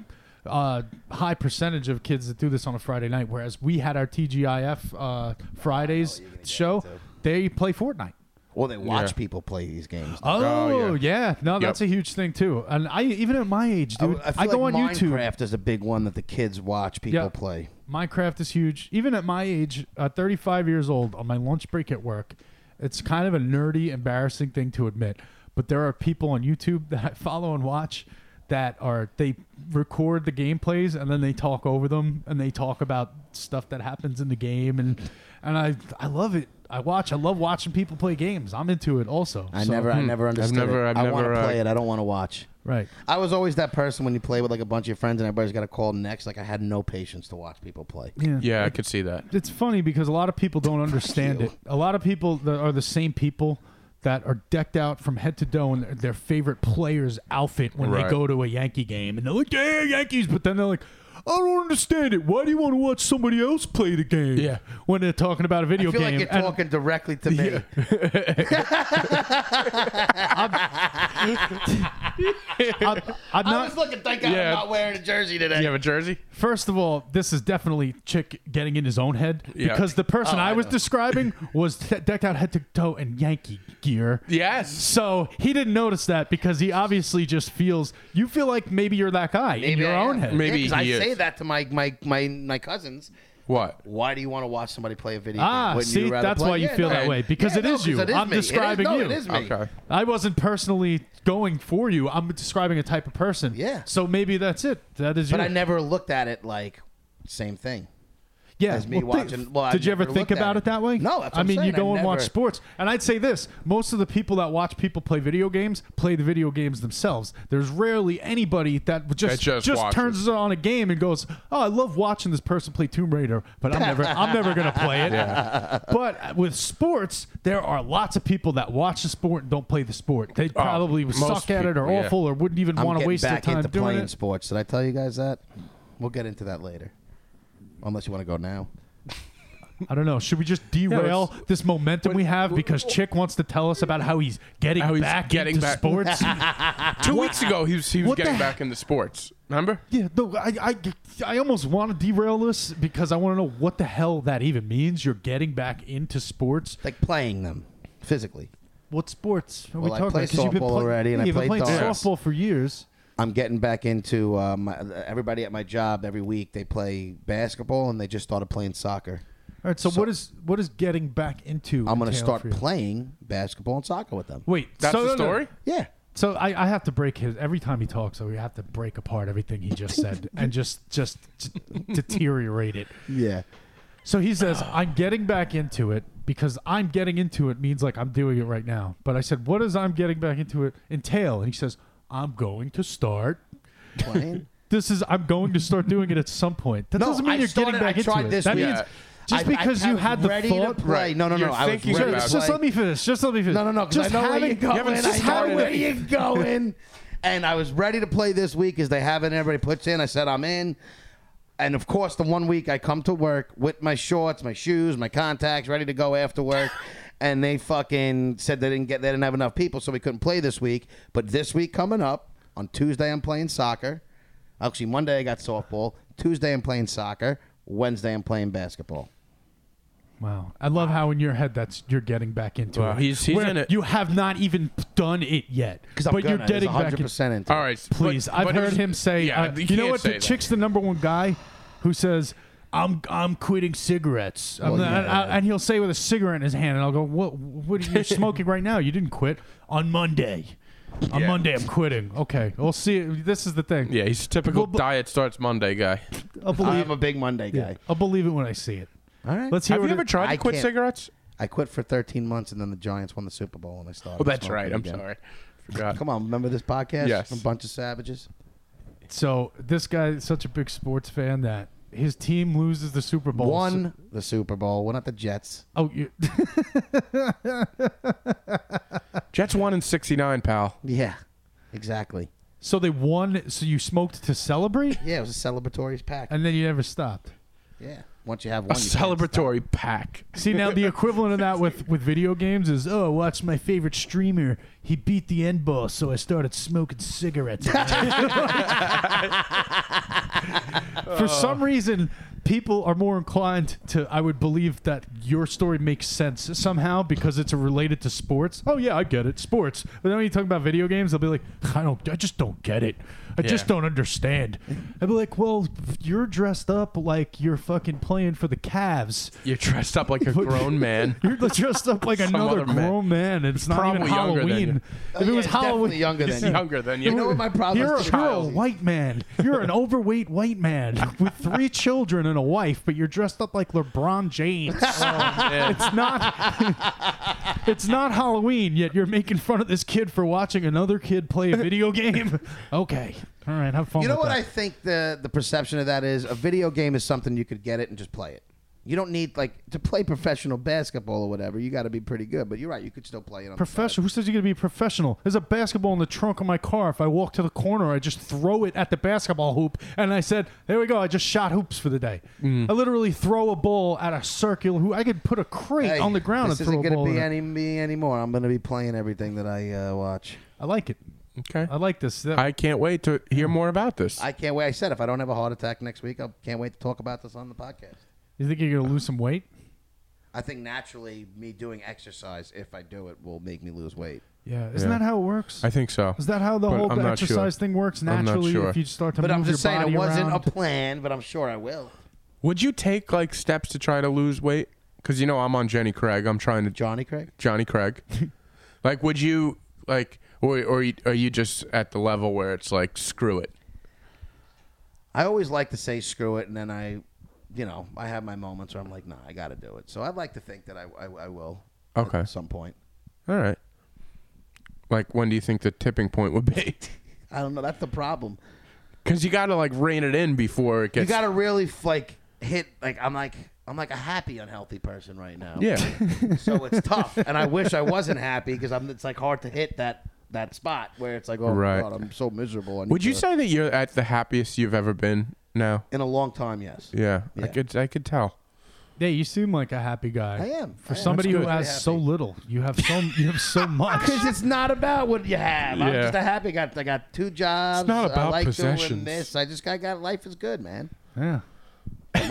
Speaker 4: uh, high percentage of kids that do this on a Friday night, whereas we had our TGIF uh,
Speaker 2: Oh,
Speaker 4: Fridays show. They play Fortnite.
Speaker 2: Well, they watch
Speaker 1: Yeah.
Speaker 2: people play these games.
Speaker 4: Oh,
Speaker 1: Oh,
Speaker 4: yeah. no, that's a
Speaker 1: Yep.
Speaker 4: huge thing too. And I even at my age, dude, I,
Speaker 2: feel
Speaker 4: go
Speaker 2: like
Speaker 4: on YouTube.
Speaker 2: Minecraft is a big one that the kids watch people
Speaker 4: Yeah.
Speaker 2: play.
Speaker 4: Minecraft is huge. Even at my age, uh, 35 years old, on my lunch break at work, it's kind of a nerdy, embarrassing thing to admit. But there are people on YouTube that I follow and watch that are they record the gameplays and then they talk over them and they talk about stuff that happens in the game and and I I love it. I watch. I love watching people play games. I'm into it also.
Speaker 2: I
Speaker 4: So- hmm.
Speaker 2: never, I never understood.
Speaker 1: never-
Speaker 2: it.
Speaker 1: I've
Speaker 2: I want
Speaker 1: never,
Speaker 2: to
Speaker 1: uh,
Speaker 2: play it. I don't want to watch.
Speaker 4: right.
Speaker 2: I was always that person when you play with like a bunch of your friends and everybody's got a call next. Like I had no patience to watch people play.
Speaker 4: Yeah.
Speaker 1: Yeah, I could see that.
Speaker 4: it's funny because a lot of people don't understand
Speaker 2: you.
Speaker 4: it. A lot of people that are the same people that are decked out from head to toe in their, their favorite player's outfit when
Speaker 1: Right.
Speaker 4: they go to a Yankee game, and they're like, "Yeah, Yankees," but then they're like. I don't understand it. Why do you want to watch somebody else play the game?
Speaker 1: Yeah.
Speaker 4: when they're talking about a video
Speaker 2: I feel
Speaker 4: game,
Speaker 2: like you're
Speaker 4: And
Speaker 2: talking directly to me.
Speaker 4: I'm, I'm
Speaker 2: I
Speaker 4: not.
Speaker 2: was looking. Thank God
Speaker 1: Yeah.
Speaker 2: I'm not wearing a jersey today.
Speaker 1: You have a jersey?
Speaker 4: First of all, this is definitely Chick getting in his own head
Speaker 1: Yeah.
Speaker 4: because the person
Speaker 2: Oh,
Speaker 4: I,
Speaker 2: I
Speaker 4: was
Speaker 2: know.
Speaker 4: describing was t- decked out head to toe in Yankee gear.
Speaker 1: Yes.
Speaker 4: So he didn't notice that because he obviously just feels. You feel like maybe you're that guy in
Speaker 2: Maybe
Speaker 4: your
Speaker 2: I
Speaker 4: own
Speaker 2: am.
Speaker 4: head.
Speaker 1: Maybe
Speaker 2: Yeah, 'cause
Speaker 1: he
Speaker 2: I
Speaker 1: is.
Speaker 2: say that to my my my my cousins.
Speaker 1: What?
Speaker 2: Why do you want to watch somebody play a video?
Speaker 4: Ah,
Speaker 2: game? Wouldn't
Speaker 4: see,
Speaker 2: you rather
Speaker 4: that's
Speaker 2: play-
Speaker 4: why you
Speaker 2: Yeah,
Speaker 4: feel
Speaker 2: no,
Speaker 4: that way because
Speaker 2: yeah,
Speaker 4: it
Speaker 2: no,
Speaker 4: is you.
Speaker 2: 'cause it is
Speaker 4: I'm
Speaker 2: me. It is-
Speaker 4: describing
Speaker 2: no,
Speaker 4: you.
Speaker 2: It is me.
Speaker 1: Okay.
Speaker 4: I wasn't personally going for you. I'm describing a type of person.
Speaker 2: Yeah.
Speaker 4: So maybe that's it. That is
Speaker 2: But
Speaker 4: you.
Speaker 2: I never looked at it like same thing.
Speaker 4: yeah,
Speaker 2: as me
Speaker 4: well, think-
Speaker 2: watching- well, I
Speaker 4: did you ever
Speaker 2: never
Speaker 4: think
Speaker 2: looked at
Speaker 4: about
Speaker 2: it.
Speaker 4: it that way?
Speaker 2: No, that's what
Speaker 4: I
Speaker 2: I'm
Speaker 4: mean, you
Speaker 2: saying. I
Speaker 4: go and watch
Speaker 2: never-
Speaker 4: sports, and I'd say this: most of the people that watch people play video games play the video games themselves. There's rarely anybody that would just
Speaker 1: That just watches.
Speaker 4: turns on a game and goes, "Oh, I love watching this person play Tomb Raider, but I'm never, I'm never gonna play it." But with sports, there are lots of people that watch the sport and don't play the sport. They probably
Speaker 1: Oh, most
Speaker 4: suck at it or
Speaker 1: people, yeah.
Speaker 4: awful or wouldn't even
Speaker 2: I'm
Speaker 4: want to
Speaker 2: getting
Speaker 4: waste their
Speaker 2: back
Speaker 4: time
Speaker 2: into
Speaker 4: doing
Speaker 2: playing
Speaker 4: it.
Speaker 2: sports. Did I tell you guys that? We'll get into that later. Unless you want to go now.
Speaker 4: I don't know. Should we just derail this momentum we have because Chick wants to tell us about how he's getting
Speaker 1: How he's
Speaker 4: back
Speaker 1: getting
Speaker 4: into
Speaker 1: back-
Speaker 4: sports?
Speaker 1: Two weeks ago, he was, he was
Speaker 4: What the
Speaker 1: getting
Speaker 4: he-
Speaker 1: back into sports. Remember?
Speaker 4: yeah, no, I, I, I almost want to derail this because I want to know what the hell that even means. You're getting back into sports.
Speaker 2: Like playing them physically.
Speaker 4: What sports are we
Speaker 2: Well, I
Speaker 4: talking
Speaker 2: play
Speaker 4: about? 'Cause you've been
Speaker 2: softball
Speaker 4: play-
Speaker 2: already and I
Speaker 4: you've been
Speaker 2: play
Speaker 4: playing
Speaker 2: darts.
Speaker 4: softball for years.
Speaker 2: I'm getting back into uh, my, everybody at my job every week. They play basketball and they just started playing soccer.
Speaker 4: All right, so, what is what is getting back into?
Speaker 2: I'm going to
Speaker 4: entail
Speaker 2: start
Speaker 4: for you?
Speaker 2: playing basketball and soccer with them.
Speaker 4: Wait,
Speaker 1: That's
Speaker 4: so,
Speaker 1: the
Speaker 4: no, no.
Speaker 1: story?
Speaker 2: Yeah.
Speaker 4: So I, I have to break his every time he talks. So we have to break apart everything he just said and just just t- deteriorate it.
Speaker 2: Yeah.
Speaker 4: So he says,
Speaker 1: Ah.
Speaker 4: I'm getting back into it because I'm getting into it means like I'm doing it right now. But I said, what does I'm getting back into it entail? And he says, I'm going to start.
Speaker 2: Playing.
Speaker 4: This is I'm going to start doing it at some point. That
Speaker 2: No,
Speaker 4: doesn't mean
Speaker 2: I
Speaker 4: you're
Speaker 2: started-
Speaker 4: getting back
Speaker 2: I
Speaker 4: into
Speaker 2: tried
Speaker 4: it.
Speaker 2: this
Speaker 4: that
Speaker 1: week.
Speaker 4: means
Speaker 1: Yeah.
Speaker 4: just
Speaker 2: I- I
Speaker 4: because you
Speaker 2: was
Speaker 4: had the
Speaker 2: ready
Speaker 4: thought.
Speaker 2: to play.
Speaker 1: Right.
Speaker 2: No, no, no.
Speaker 1: You're
Speaker 2: I was
Speaker 1: thinking
Speaker 2: ready to
Speaker 1: about-
Speaker 4: Just, just
Speaker 2: play.
Speaker 4: let me finish. Just let me finish.
Speaker 2: No, no, no. 'cause
Speaker 4: Just
Speaker 2: I know where
Speaker 4: having
Speaker 2: you're
Speaker 1: Yeah,
Speaker 2: going.
Speaker 1: but just
Speaker 2: I know
Speaker 1: having-
Speaker 2: where you're going. And I was ready to play this week as they have it. Everybody puts in. I said I'm in. And of course, the one week I come to work with my shorts, my shoes, my contacts, ready to go after work. And they fucking said they didn't get they didn't have enough people, so we couldn't play this week. But this week coming up on Tuesday, I'm playing soccer. Actually, Monday I got softball. Tuesday I'm playing soccer. Wednesday I'm playing basketball.
Speaker 4: Wow, I love how in your head that's you're getting back into
Speaker 1: Wow,
Speaker 4: it.
Speaker 1: he's- he's
Speaker 4: Where
Speaker 1: in it.
Speaker 4: You have not even done it yet,
Speaker 2: Because I'm
Speaker 4: but
Speaker 2: gonna,
Speaker 4: you're getting back.
Speaker 2: hundred
Speaker 4: in-
Speaker 2: percent into. it.
Speaker 1: All right. but-
Speaker 4: Please, I've
Speaker 1: but it
Speaker 4: heard
Speaker 1: was-
Speaker 4: him say.
Speaker 1: Yeah,
Speaker 4: uh, you, know
Speaker 1: can't
Speaker 4: what?
Speaker 1: say
Speaker 4: The
Speaker 1: that.
Speaker 4: chick's the number one guy who says, "I'm I'm quitting cigarettes," I'm
Speaker 2: Well,
Speaker 4: not- and,
Speaker 2: yeah.
Speaker 4: I- and he'll say with a cigarette in his hand, and I'll go, "What? What are you smoking right now? You didn't quit on Monday. On
Speaker 1: Yeah.
Speaker 4: Monday, I'm quitting. Okay, we'll see. This is the thing.
Speaker 1: Yeah, he's a typical
Speaker 4: Well, but-
Speaker 1: diet starts Monday guy.
Speaker 4: I'll believe.
Speaker 2: I'm a big Monday guy.
Speaker 4: I'll believe it when I see it.
Speaker 2: All right.
Speaker 4: Let's hear
Speaker 1: Have you
Speaker 4: what it-
Speaker 1: ever tried to
Speaker 2: I
Speaker 1: quit
Speaker 2: can't-
Speaker 1: cigarettes?
Speaker 2: I quit for 13 months, and then the Giants won the Super Bowl, and I started.
Speaker 1: Oh, that's
Speaker 2: smoking
Speaker 1: right. I'm
Speaker 2: again.
Speaker 1: sorry. Forgot.
Speaker 2: Come on, remember this podcast?
Speaker 1: Yes.
Speaker 2: A bunch of savages.
Speaker 4: So this guy is such a big sports fan that his team loses the Super Bowl.
Speaker 2: Won the Super Bowl. We're not the Jets.
Speaker 4: Oh, you,
Speaker 1: Jets won in '69, pal.
Speaker 2: Yeah, exactly.
Speaker 4: so they won. So you smoked to celebrate,
Speaker 2: Yeah, it was a celebratory pack.
Speaker 4: and then you never stopped.
Speaker 2: yeah. Once you have
Speaker 1: A
Speaker 2: one, you can't
Speaker 1: celebratory pack.
Speaker 4: See now the equivalent of that with with video games is oh watch my favorite streamer he beat the end boss so I started smoking cigarettes. For some reason people are more inclined to I would believe that your story makes sense somehow because it's related to sports. Oh yeah, I get it, sports. But then when you talk about video games, they'll be like, I don't, I just don't get it. I just
Speaker 1: Yeah.
Speaker 4: don't understand. I'd be like, well, you're dressed up like you're fucking playing for the Cavs.
Speaker 1: You're dressed up like a grown man.
Speaker 4: You're dressed up like
Speaker 1: Some
Speaker 4: another
Speaker 1: other man.
Speaker 4: grown man. and It's not even
Speaker 1: probably younger than
Speaker 4: Halloween.
Speaker 1: you.
Speaker 4: If it
Speaker 2: yeah,
Speaker 4: was
Speaker 2: it's definitely
Speaker 4: Halloween,
Speaker 2: younger than
Speaker 1: He's
Speaker 2: you.
Speaker 1: younger than you.
Speaker 2: You know what my problem
Speaker 4: you're,
Speaker 2: is?
Speaker 4: a- you're a
Speaker 1: Child.
Speaker 4: white man. You're an overweight white man with three children and a wife, but you're dressed up like LeBron James.
Speaker 1: Oh,
Speaker 4: It's not. it's not Halloween yet. You're making fun of this kid for watching another kid play a video game. Okay. All right. Have fun.
Speaker 2: You know
Speaker 4: with
Speaker 2: what I
Speaker 4: that.
Speaker 2: think the the perception of that is? A video game is something you could get it and just play it. You don't need like to play professional basketball or whatever. You got to be pretty good, but you're right. You could still play it. On the side.
Speaker 4: Professional. Who says you're gonna be a professional? There's a basketball in the trunk of my car. If I walk to the corner, I just throw it at the basketball hoop, and I said, "There we go. I just shot hoops for the day."
Speaker 1: Mm.
Speaker 4: I literally throw a ball at a circular hoop. I could put a crate
Speaker 2: Hey,
Speaker 4: on the ground
Speaker 2: This
Speaker 4: and throw
Speaker 2: isn't
Speaker 4: a
Speaker 2: gonna
Speaker 4: ball. in
Speaker 2: be
Speaker 4: it.
Speaker 2: any me anymore. I'm gonna be playing everything that I uh, watch.
Speaker 4: I like it.
Speaker 1: Okay.
Speaker 4: I like this.
Speaker 1: I can't wait to hear more about this.
Speaker 2: Mm. I can't wait. I said if I don't have a heart attack next week, I can't wait to talk about this on the podcast.
Speaker 4: you think you're gonna lose some weight?
Speaker 2: I think naturally, me doing exercise, if I do it, will make me lose weight.
Speaker 4: Yeah. Isn't
Speaker 1: Yeah.
Speaker 4: that how it works?
Speaker 1: I think so.
Speaker 4: Is that how the
Speaker 1: But
Speaker 4: whole
Speaker 1: I'm not sure.
Speaker 4: exercise thing works
Speaker 1: I'm not
Speaker 4: naturally?
Speaker 1: sure.
Speaker 4: If you start to
Speaker 2: But
Speaker 4: move
Speaker 2: I'm just
Speaker 4: your
Speaker 2: saying
Speaker 4: body
Speaker 2: it wasn't
Speaker 4: around?
Speaker 2: a plan, but I'm sure I will.
Speaker 1: Would you take like steps to try to lose weight? Because you know I'm on Jenny Craig. I'm trying to
Speaker 2: Johnny Craig.
Speaker 1: Johnny Craig. like, would you like, or or you- are you just at the level where it's like, screw it?
Speaker 2: I always like to say screw it, and then I, you know, I have my moments where I'm like, nah, I got to do it. So I'd like to think that I, I, I will.
Speaker 1: Okay.
Speaker 2: At some point.
Speaker 1: All right. Like, when do you think the tipping point would be?
Speaker 2: I don't know. That's the problem.
Speaker 1: Because you got to like rein it in before it
Speaker 2: You
Speaker 1: gets.
Speaker 2: got to really like hit like I'm like I'm like a happy unhealthy person right now.
Speaker 1: yeah.
Speaker 2: So it's tough, and I wish I wasn't happy because I'm. It's like hard to hit that that spot where it's like, oh
Speaker 1: Right.
Speaker 2: god, I'm so miserable. I need
Speaker 1: would you
Speaker 2: to-
Speaker 1: say that you're at the happiest you've ever been now?
Speaker 2: in a long time? Yes.
Speaker 1: Yeah, I
Speaker 2: Yeah.
Speaker 1: could I could tell.
Speaker 4: Yeah, you seem like a happy guy.
Speaker 2: I am.
Speaker 4: For
Speaker 2: I am.
Speaker 4: somebody
Speaker 2: That's
Speaker 4: who
Speaker 2: good.
Speaker 4: has
Speaker 2: Really
Speaker 4: so
Speaker 2: happy.
Speaker 4: little, you have so you have so much.
Speaker 2: Because it's not about what you have. I'm
Speaker 1: Yeah.
Speaker 2: just a happy guy. I got two jobs.
Speaker 1: It's not
Speaker 2: I
Speaker 1: about
Speaker 2: like doing
Speaker 1: possessions.
Speaker 2: this. I just got, got life is good, man.
Speaker 4: yeah.
Speaker 2: My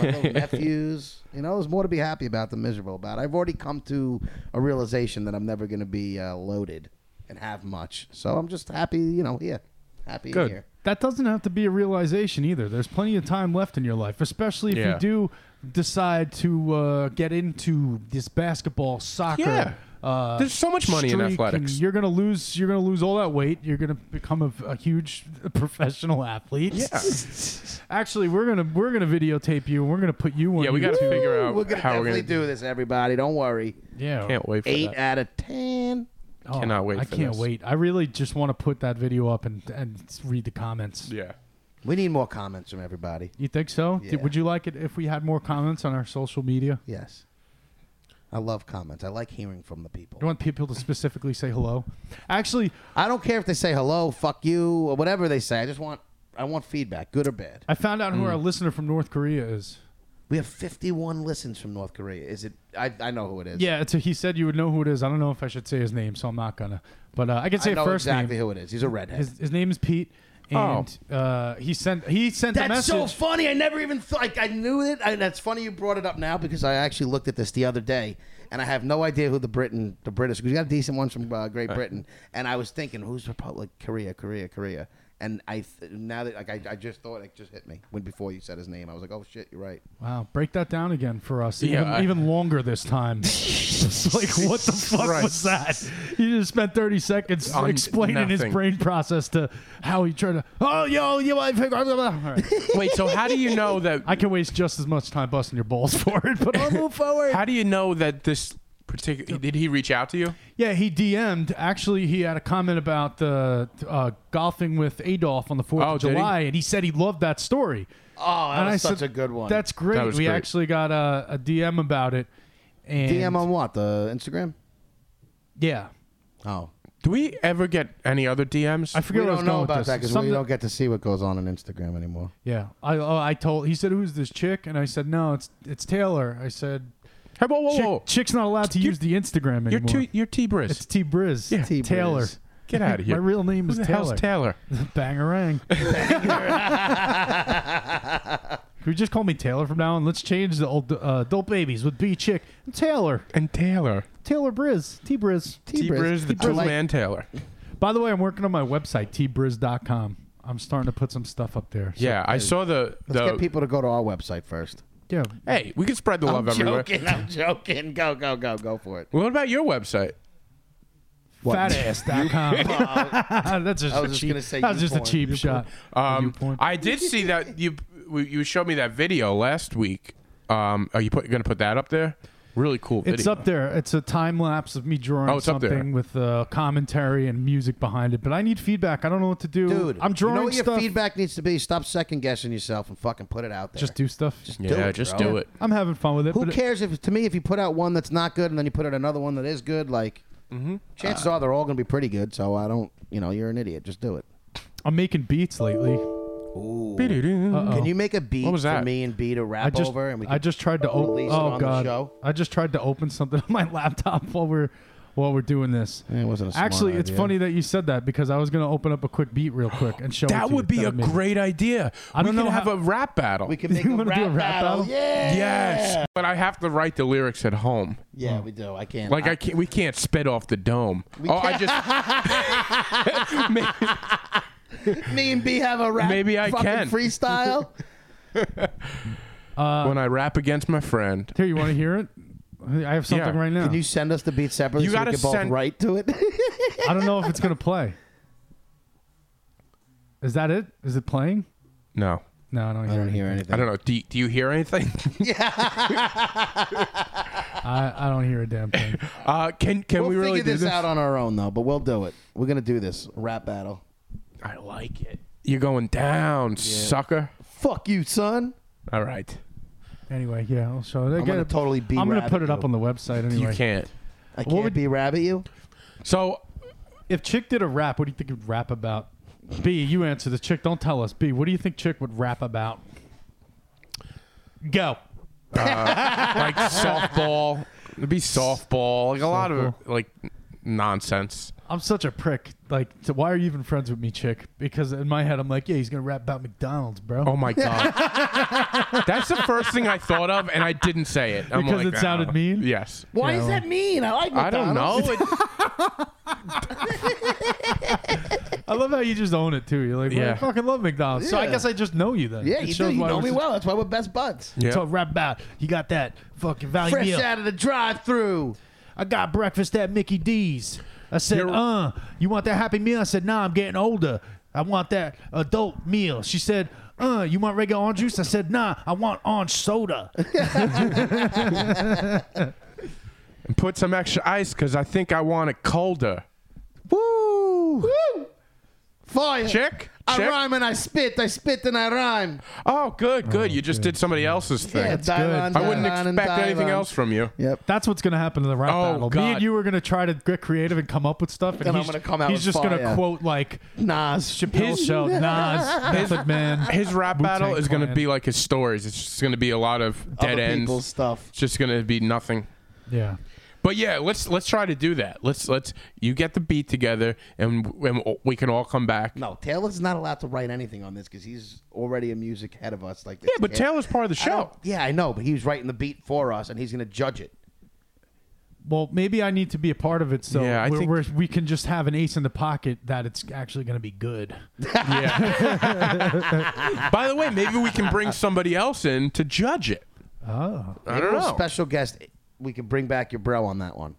Speaker 2: little nephews. You know, there's more to be happy about than miserable about. I've already come to a realization that I'm never going to be uh, loaded and have much. So I'm just happy, you know, here. Happy
Speaker 1: Good.
Speaker 2: here.
Speaker 4: That doesn't have to be a realization either. There's plenty of time left in your life, especially if
Speaker 1: Yeah.
Speaker 4: you do decide to uh, get into this basketball, soccer.
Speaker 1: Yeah.
Speaker 4: Uh,
Speaker 1: There's so much money in
Speaker 4: streak, and
Speaker 1: athletics.
Speaker 4: You're gonna lose. You're gonna lose all that weight. You're gonna become a, a huge professional athlete.
Speaker 1: Yeah.
Speaker 4: Actually, we're gonna we're gonna videotape you. and We're gonna put you on.
Speaker 1: Yeah, we got to
Speaker 4: YouTube.
Speaker 1: figure out
Speaker 2: We're going to
Speaker 1: how we're
Speaker 2: definitely
Speaker 1: gonna
Speaker 2: do this, everybody. Don't worry.
Speaker 4: Yeah.
Speaker 1: Can't wait for
Speaker 2: Eight
Speaker 1: that.
Speaker 2: out of ten.
Speaker 4: Oh,
Speaker 1: Cannot wait
Speaker 4: I
Speaker 1: for
Speaker 4: can't
Speaker 1: this.
Speaker 4: wait. I really just want to put that video up and and read the comments.
Speaker 1: Yeah.
Speaker 2: We need more comments from everybody.
Speaker 4: You think so? Did-
Speaker 2: Yeah.
Speaker 4: would you like it if we had more comments on our social media?
Speaker 2: Yes. I love comments. I like hearing from the people.
Speaker 4: You want people to specifically say hello? Actually,
Speaker 2: I don't care if they say hello, fuck you, or whatever they say. I just want I want feedback, good or bad.
Speaker 4: I found out
Speaker 2: Hmm.
Speaker 4: who our listener from North Korea is.
Speaker 2: We have 51 listens from North Korea. Is it? I, I know who it is.
Speaker 4: Yeah, it's a, he said you would know who it is. I don't know if I should say his name, so I'm not gonna. But uh, I can say
Speaker 2: I know
Speaker 4: first
Speaker 2: exactly
Speaker 4: name.
Speaker 2: who it is. He's a redhead.
Speaker 4: His, his name is Pete, and uh, he sent he sent a
Speaker 2: that's
Speaker 4: message.
Speaker 2: so funny. I never even thought. Like, I knew it. And that's funny you brought it up now because I actually looked at this the other day, and I have no idea who the Britain, the British. We got a decent one from uh, Great Britain, and I was thinking, who's Republic Korea, Korea, Korea, and I th- now that like I, I just thought it just hit me when before you said his name, I was like, oh shit, you're right.
Speaker 4: wow, break that down again for us.
Speaker 1: Yeah,
Speaker 4: even,
Speaker 1: I-
Speaker 4: even longer this time. It's like what the fuck
Speaker 1: Christ.
Speaker 4: was that? He just spent 30 seconds
Speaker 1: On
Speaker 4: explaining his
Speaker 1: nothing.
Speaker 4: brain process to how he tried to. Oh, yo, yo, I figured. All right.
Speaker 1: Wait, so how do you know that
Speaker 4: I can waste just as much time busting your balls for it, but I'll move forward.
Speaker 1: How do you know that this particular did he reach out to you?
Speaker 4: yeah, he DM'd. Actually, he had a comment about the uh, golfing with Adolf on the Fourth
Speaker 1: Oh,
Speaker 4: of
Speaker 1: did he?
Speaker 4: July, and he said he loved that story.
Speaker 2: Oh, that
Speaker 4: and
Speaker 2: was
Speaker 4: I
Speaker 2: such
Speaker 4: said,
Speaker 2: a good one.
Speaker 4: That's great.
Speaker 1: That was
Speaker 4: we
Speaker 1: great.
Speaker 4: actually got a, a DM about it. And
Speaker 2: DM on what the Instagram.
Speaker 4: yeah.
Speaker 2: Oh,
Speaker 1: Do we ever get any other DMs?
Speaker 4: I forget
Speaker 2: we
Speaker 4: where I was
Speaker 2: don't know
Speaker 4: going with
Speaker 2: about
Speaker 4: this.
Speaker 2: that because
Speaker 4: Something-
Speaker 2: we don't get to see what goes on on Instagram anymore.
Speaker 4: Yeah, I oh, I told he said who's this chick, and I said no, it's it's Taylor. I said
Speaker 1: Hey, whoa, whoa,
Speaker 4: Chick,
Speaker 1: whoa.
Speaker 4: chick's not allowed to
Speaker 1: Oh. You're-
Speaker 4: use the Instagram anymore.
Speaker 1: You're too, you're T
Speaker 4: it's
Speaker 1: Briz.
Speaker 4: T Briz. Yeah,
Speaker 2: T. Briz.
Speaker 4: Taylor.
Speaker 1: Get out of here.
Speaker 4: My real name
Speaker 1: Who
Speaker 4: is
Speaker 1: the
Speaker 4: Taylor.
Speaker 1: hell's Taylor?
Speaker 4: Bangarang. Can we just call me Taylor from now on? Let's change the old uh, adult babies with B Chick and Taylor.
Speaker 1: And Taylor.
Speaker 4: Taylor Briz. T Briz.
Speaker 1: T Briz, the two
Speaker 2: like-
Speaker 1: man Taylor.
Speaker 4: By the way, I'm working on my website, tbriz.com. I'm starting to put some stuff up there. So,
Speaker 1: Yeah, I saw the.
Speaker 2: Let's
Speaker 1: the
Speaker 2: get people to go to our website first.
Speaker 4: yeah.
Speaker 1: hey, we can spread the love everywhere.
Speaker 2: joking. I'm joking. Go, go, go, go for it.
Speaker 1: What about your website? Ah,
Speaker 4: Fatass.com. That's just
Speaker 2: I was
Speaker 4: a
Speaker 2: just
Speaker 4: cheap,
Speaker 2: gonna say
Speaker 4: that was
Speaker 2: you
Speaker 4: just a
Speaker 2: porn.
Speaker 4: cheap
Speaker 2: You
Speaker 4: shot. You
Speaker 1: Um,
Speaker 4: porn.
Speaker 1: I did see that you you showed me that video last week. Um, are you put, gonna put that up there? Really cool video.
Speaker 4: It's up there. It's a time lapse of me drawing
Speaker 1: Oh, it's up there.
Speaker 4: something with uh, commentary and music behind it. But I need feedback. I don't know what to do.
Speaker 2: Dude,
Speaker 4: I'm drawing
Speaker 2: you know what
Speaker 4: stuff.
Speaker 2: your feedback needs to be? Stop second guessing yourself and fucking put it out there.
Speaker 4: just do stuff. Just
Speaker 2: do
Speaker 1: Yeah,
Speaker 2: it,
Speaker 1: just
Speaker 2: bro.
Speaker 1: do it.
Speaker 4: I'm having fun with it.
Speaker 2: Who
Speaker 4: but it-
Speaker 2: cares if to me if you put out one that's not good and then you put out another one that is good? Like,
Speaker 1: Mm-hmm.
Speaker 2: chances
Speaker 4: Uh,
Speaker 2: are they're all gonna be pretty good. So I don't, you know, you're an idiot. Just do it.
Speaker 4: I'm making beats lately. Oh.
Speaker 1: Uh-oh.
Speaker 2: Can you make a beat
Speaker 1: What was
Speaker 2: for
Speaker 1: that?
Speaker 2: me and B to
Speaker 4: I
Speaker 2: rap
Speaker 4: just,
Speaker 2: over? And we
Speaker 4: I
Speaker 2: can
Speaker 4: just tried to open.
Speaker 2: release it
Speaker 4: Oh
Speaker 2: on the
Speaker 4: god!
Speaker 2: show?
Speaker 4: I just tried to open something on my laptop while we're while we're doing this.
Speaker 2: It wasn't a smart
Speaker 4: Actually, it's
Speaker 2: idea.
Speaker 4: funny that you said that because I was going to open up a quick beat real quick and show. it to
Speaker 1: That
Speaker 4: you
Speaker 1: would be
Speaker 4: I
Speaker 1: a
Speaker 4: made.
Speaker 1: great idea.
Speaker 4: I
Speaker 1: we
Speaker 4: don't
Speaker 1: can
Speaker 4: know
Speaker 1: have
Speaker 4: how-
Speaker 1: a rap battle.
Speaker 2: we can make
Speaker 4: You
Speaker 2: a,
Speaker 4: wanna
Speaker 2: rap
Speaker 4: do a rap
Speaker 2: battle.
Speaker 4: battle?
Speaker 2: Yeah,
Speaker 1: yes, but I have to write the lyrics at home.
Speaker 2: yeah, we do. I can't.
Speaker 1: Like I can't. We can't spit off the dome. oh, I just. Maybe-
Speaker 2: me and B have a rap.
Speaker 1: Maybe I
Speaker 2: fucking
Speaker 1: can.
Speaker 2: freestyle.
Speaker 4: Uh.
Speaker 1: when I rap against my friend.
Speaker 4: Here, you want to hear it? I have something
Speaker 1: Yeah.
Speaker 4: right now.
Speaker 2: Can you send us the beat separately
Speaker 1: You
Speaker 2: so we
Speaker 1: gotta
Speaker 2: can both
Speaker 1: send-
Speaker 2: write to it?
Speaker 4: I don't know if it's going to play. Is that it? Is it playing?
Speaker 1: No,
Speaker 4: No, I don't hear. it.
Speaker 1: I
Speaker 2: anything.
Speaker 1: don't know. Do, do you hear anything?
Speaker 4: I, I don't hear a damn thing.
Speaker 1: Uh, can can
Speaker 2: We'll
Speaker 1: we
Speaker 2: figure
Speaker 1: really do
Speaker 2: this, out on our own though, but we'll do it. We're gonna do this rap battle.
Speaker 1: I like it. You're going down, sucker.
Speaker 2: Fuck you, son.
Speaker 1: All right.
Speaker 4: Anyway, yeah, I'll show it.
Speaker 2: I'm gonna
Speaker 4: Again,
Speaker 2: totally be.
Speaker 4: I'm going to
Speaker 2: rap
Speaker 4: put
Speaker 2: at
Speaker 4: it up
Speaker 2: you.
Speaker 4: on the website anyway.
Speaker 1: You can't.
Speaker 2: I can't
Speaker 4: would-
Speaker 2: be rabbit you.
Speaker 1: So
Speaker 4: If Chick did a rap, what do you think he'd rap about? B, you answer this. Chick, don't tell us. B, what do you think Chick would rap about? Go.
Speaker 1: like softball. It'd be softball. Like a lot of like nonsense.
Speaker 4: I'm such a prick. Like, so why are you even friends with me, Chick? Because in my head, I'm like, yeah, he's gonna rap about McDonald's, bro.
Speaker 1: Oh my god. That's the first thing I thought of, and I didn't say it. I'm
Speaker 4: Because
Speaker 1: like,
Speaker 4: it sounded
Speaker 1: "Ah."
Speaker 4: mean?
Speaker 1: Yes.
Speaker 2: Why does that mean? I like.
Speaker 1: I don't know.
Speaker 2: McDonald's.
Speaker 1: It-
Speaker 4: I love how you just own it too. You're like, well, I
Speaker 1: Yeah.
Speaker 4: fucking love McDonald's. So I
Speaker 2: Yeah.
Speaker 4: guess I just know you then.
Speaker 2: Yeah,
Speaker 4: It
Speaker 2: you do.
Speaker 4: shows
Speaker 2: You
Speaker 4: why
Speaker 2: know
Speaker 4: we're
Speaker 2: me
Speaker 4: such-
Speaker 2: well. That's why we're best buds.
Speaker 1: Yeah.
Speaker 4: So rap about you got that fucking value
Speaker 2: Fresh
Speaker 4: meal.
Speaker 2: out of the drive-through.
Speaker 4: I got breakfast at Mickey D's. I said,
Speaker 1: You're-
Speaker 4: uh, you want that happy meal? I said, nah, I'm getting older. I want that adult meal. She said, uh, you want regular orange juice? I said, nah, I want orange soda.
Speaker 1: and put some extra ice because I think I want it colder.
Speaker 2: Woo! Woo! Fire.
Speaker 1: Chick.
Speaker 2: I
Speaker 1: Chick?
Speaker 2: rhyme and I spit. I spit and I rhyme.
Speaker 1: Oh, good, good. you just did somebody else's thing.
Speaker 2: Yeah, Dylan,
Speaker 1: I wouldn't
Speaker 2: Dylan, and
Speaker 1: expect anything
Speaker 2: Dylan.
Speaker 1: else from you.
Speaker 2: Yep.
Speaker 4: That's what's gonna happen to the rap
Speaker 1: Oh,
Speaker 4: battle. Me and
Speaker 1: God.
Speaker 4: you are gonna try to get creative and come up with stuff, and
Speaker 2: And I'm
Speaker 4: he's,
Speaker 2: gonna come out
Speaker 4: he's
Speaker 2: with
Speaker 4: just gonna
Speaker 2: fire.
Speaker 4: quote like
Speaker 2: Nas.
Speaker 4: Chappelle
Speaker 1: His-
Speaker 4: Show, Nas, Method Man.
Speaker 1: His rap
Speaker 4: Wu-Tang
Speaker 1: battle is going to
Speaker 4: Clan.
Speaker 1: be like his stories. It's just going to be a lot of dead
Speaker 2: Other
Speaker 1: ends.
Speaker 2: people's stuff.
Speaker 1: It's just going to be nothing.
Speaker 4: Yeah,
Speaker 1: But yeah, let's let's try to do that. Let's let's you get the beat together and, and we can all come back.
Speaker 2: No, Taylor's not allowed to write anything on this because he's already a music head of us. Like,
Speaker 1: Yeah, but Taylor's part of the
Speaker 2: I don't-
Speaker 1: show.
Speaker 2: Yeah, I know, but he was writing the beat for us, and he's gonna judge it.
Speaker 4: Well, maybe I need to be a part of it so
Speaker 1: Yeah, I
Speaker 4: we're,
Speaker 1: think-
Speaker 4: we're, we can just have an ace in the pocket that it's actually going to be good.
Speaker 1: Yeah. By the way, maybe we can bring somebody else in to judge it.
Speaker 4: Oh,
Speaker 1: I don't know.
Speaker 2: Special guest, we can bring back your bro on that one.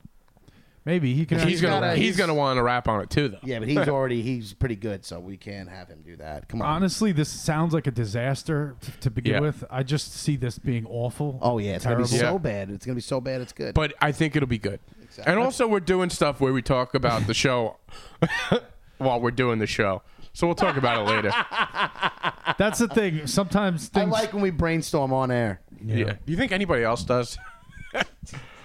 Speaker 4: maybe he can.
Speaker 1: he's gonna
Speaker 2: gotta-
Speaker 1: he's,
Speaker 2: he's-
Speaker 1: gonna want to rap on it too, though.
Speaker 2: Yeah, but he's already he's pretty good, so we can't have him do that. Come on.
Speaker 4: Honestly, this sounds like a disaster t- to begin
Speaker 1: Yeah.
Speaker 4: with. I just see this being awful.
Speaker 2: Oh yeah, it's
Speaker 4: terrible.
Speaker 2: gonna be so
Speaker 1: Yeah.
Speaker 2: bad. It's gonna be so bad. It's good.
Speaker 1: But I think it'll be good. And also, we're doing stuff where we talk about the show while we're doing the show. So we'll talk about it later.
Speaker 4: That's the thing. Sometimes
Speaker 2: I
Speaker 4: things.
Speaker 2: like when we brainstorm on air.
Speaker 1: Yeah. Do you think anybody else does?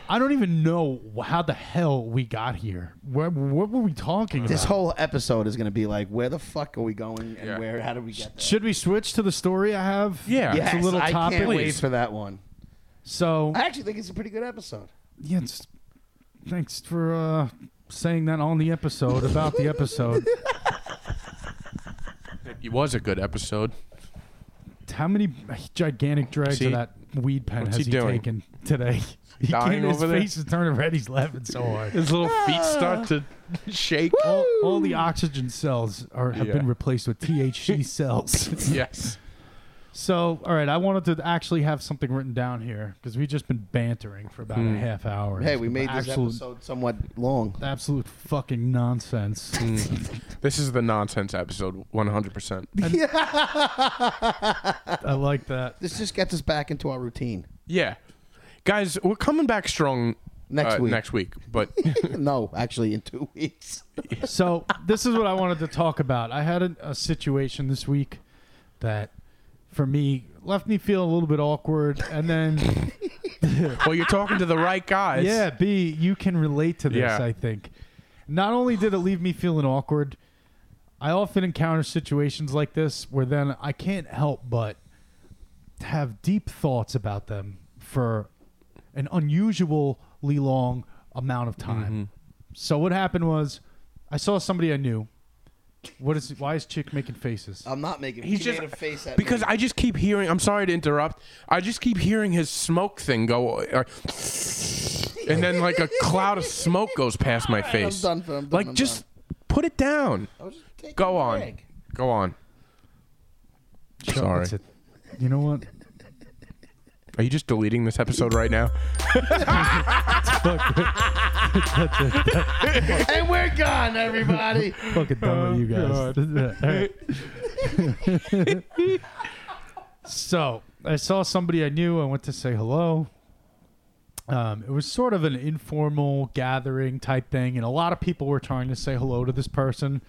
Speaker 4: I don't even know wh- how the hell we got here. What, what were we talking
Speaker 2: This
Speaker 4: about?
Speaker 2: whole episode is gonna be like, where the fuck are we going, and
Speaker 1: Yeah.
Speaker 2: where? How did we get there?
Speaker 4: Should we switch to the story I have?
Speaker 1: Yeah.
Speaker 4: it's
Speaker 2: Yes,
Speaker 4: a little
Speaker 2: I
Speaker 4: topic.
Speaker 2: can't wait
Speaker 1: Please.
Speaker 2: for that one.
Speaker 4: So
Speaker 2: I actually think it's a pretty good episode.
Speaker 4: yeah, it's- thanks for uh, saying that on the episode about the episode.
Speaker 1: It was a good episode.
Speaker 4: how many gigantic drags
Speaker 1: See?
Speaker 4: of that weed pen
Speaker 1: What's
Speaker 4: has
Speaker 1: he
Speaker 4: he,
Speaker 1: doing?
Speaker 4: taken today? He
Speaker 1: dying
Speaker 4: his
Speaker 1: over there?
Speaker 4: face is turning red. He's laughing so hard.
Speaker 1: His little feet start to shake.
Speaker 4: All, all the oxygen cells are have
Speaker 1: Yeah.
Speaker 4: been replaced with THC cells.
Speaker 1: Yes.
Speaker 4: So, all right, I wanted to actually have something written down here because we've just been bantering for about
Speaker 1: Hmm.
Speaker 4: a half hour.
Speaker 2: Hey, we made this
Speaker 4: absolute,
Speaker 2: episode somewhat long.
Speaker 4: Absolute fucking nonsense.
Speaker 1: Hmm. This is the nonsense episode 100%.
Speaker 4: I like that.
Speaker 2: This just gets us back into our routine.
Speaker 1: Yeah. Guys, we're coming back strong
Speaker 2: Next
Speaker 1: uh,
Speaker 2: week.
Speaker 1: Next week, but
Speaker 2: no, actually, in two weeks.
Speaker 4: So this is what I wanted to talk about. I had a, a situation this week that, for me, left me feeling a little bit awkward. And then,
Speaker 1: well, you're talking to the right guys.
Speaker 4: yeah, B, you can relate to this.
Speaker 1: Yeah.
Speaker 4: I think. Not only did it leave me feeling awkward, I often encounter situations like this where then I can't help but have deep thoughts about them for an unusually long amount of time.
Speaker 1: Mm-hmm.
Speaker 4: So what happened was, I saw somebody I knew. What is? Why is chick making faces?
Speaker 2: I'm not making.
Speaker 1: He's
Speaker 2: she
Speaker 1: just
Speaker 2: made a face at
Speaker 1: because
Speaker 2: me.
Speaker 1: I just keep hearing. I'm sorry to interrupt. I just keep hearing his smoke thing go, uh, and then like a cloud of smoke goes past my face.
Speaker 2: done for- I'm done,
Speaker 1: like
Speaker 2: I'm
Speaker 1: just put it down.
Speaker 2: I was just taking
Speaker 1: Go
Speaker 2: a
Speaker 1: on.
Speaker 2: break.
Speaker 1: Go on.
Speaker 4: Chuck,
Speaker 1: Sorry.
Speaker 4: that's it. You know what?
Speaker 1: Are you just deleting this episode right now?
Speaker 2: And we're gone, everybody.
Speaker 4: Fucking dumb with you guys. All right. so I saw somebody I knew. I went to say hello. Um, it was sort of an informal gathering type thing, and a lot of people were trying to say hello to this person.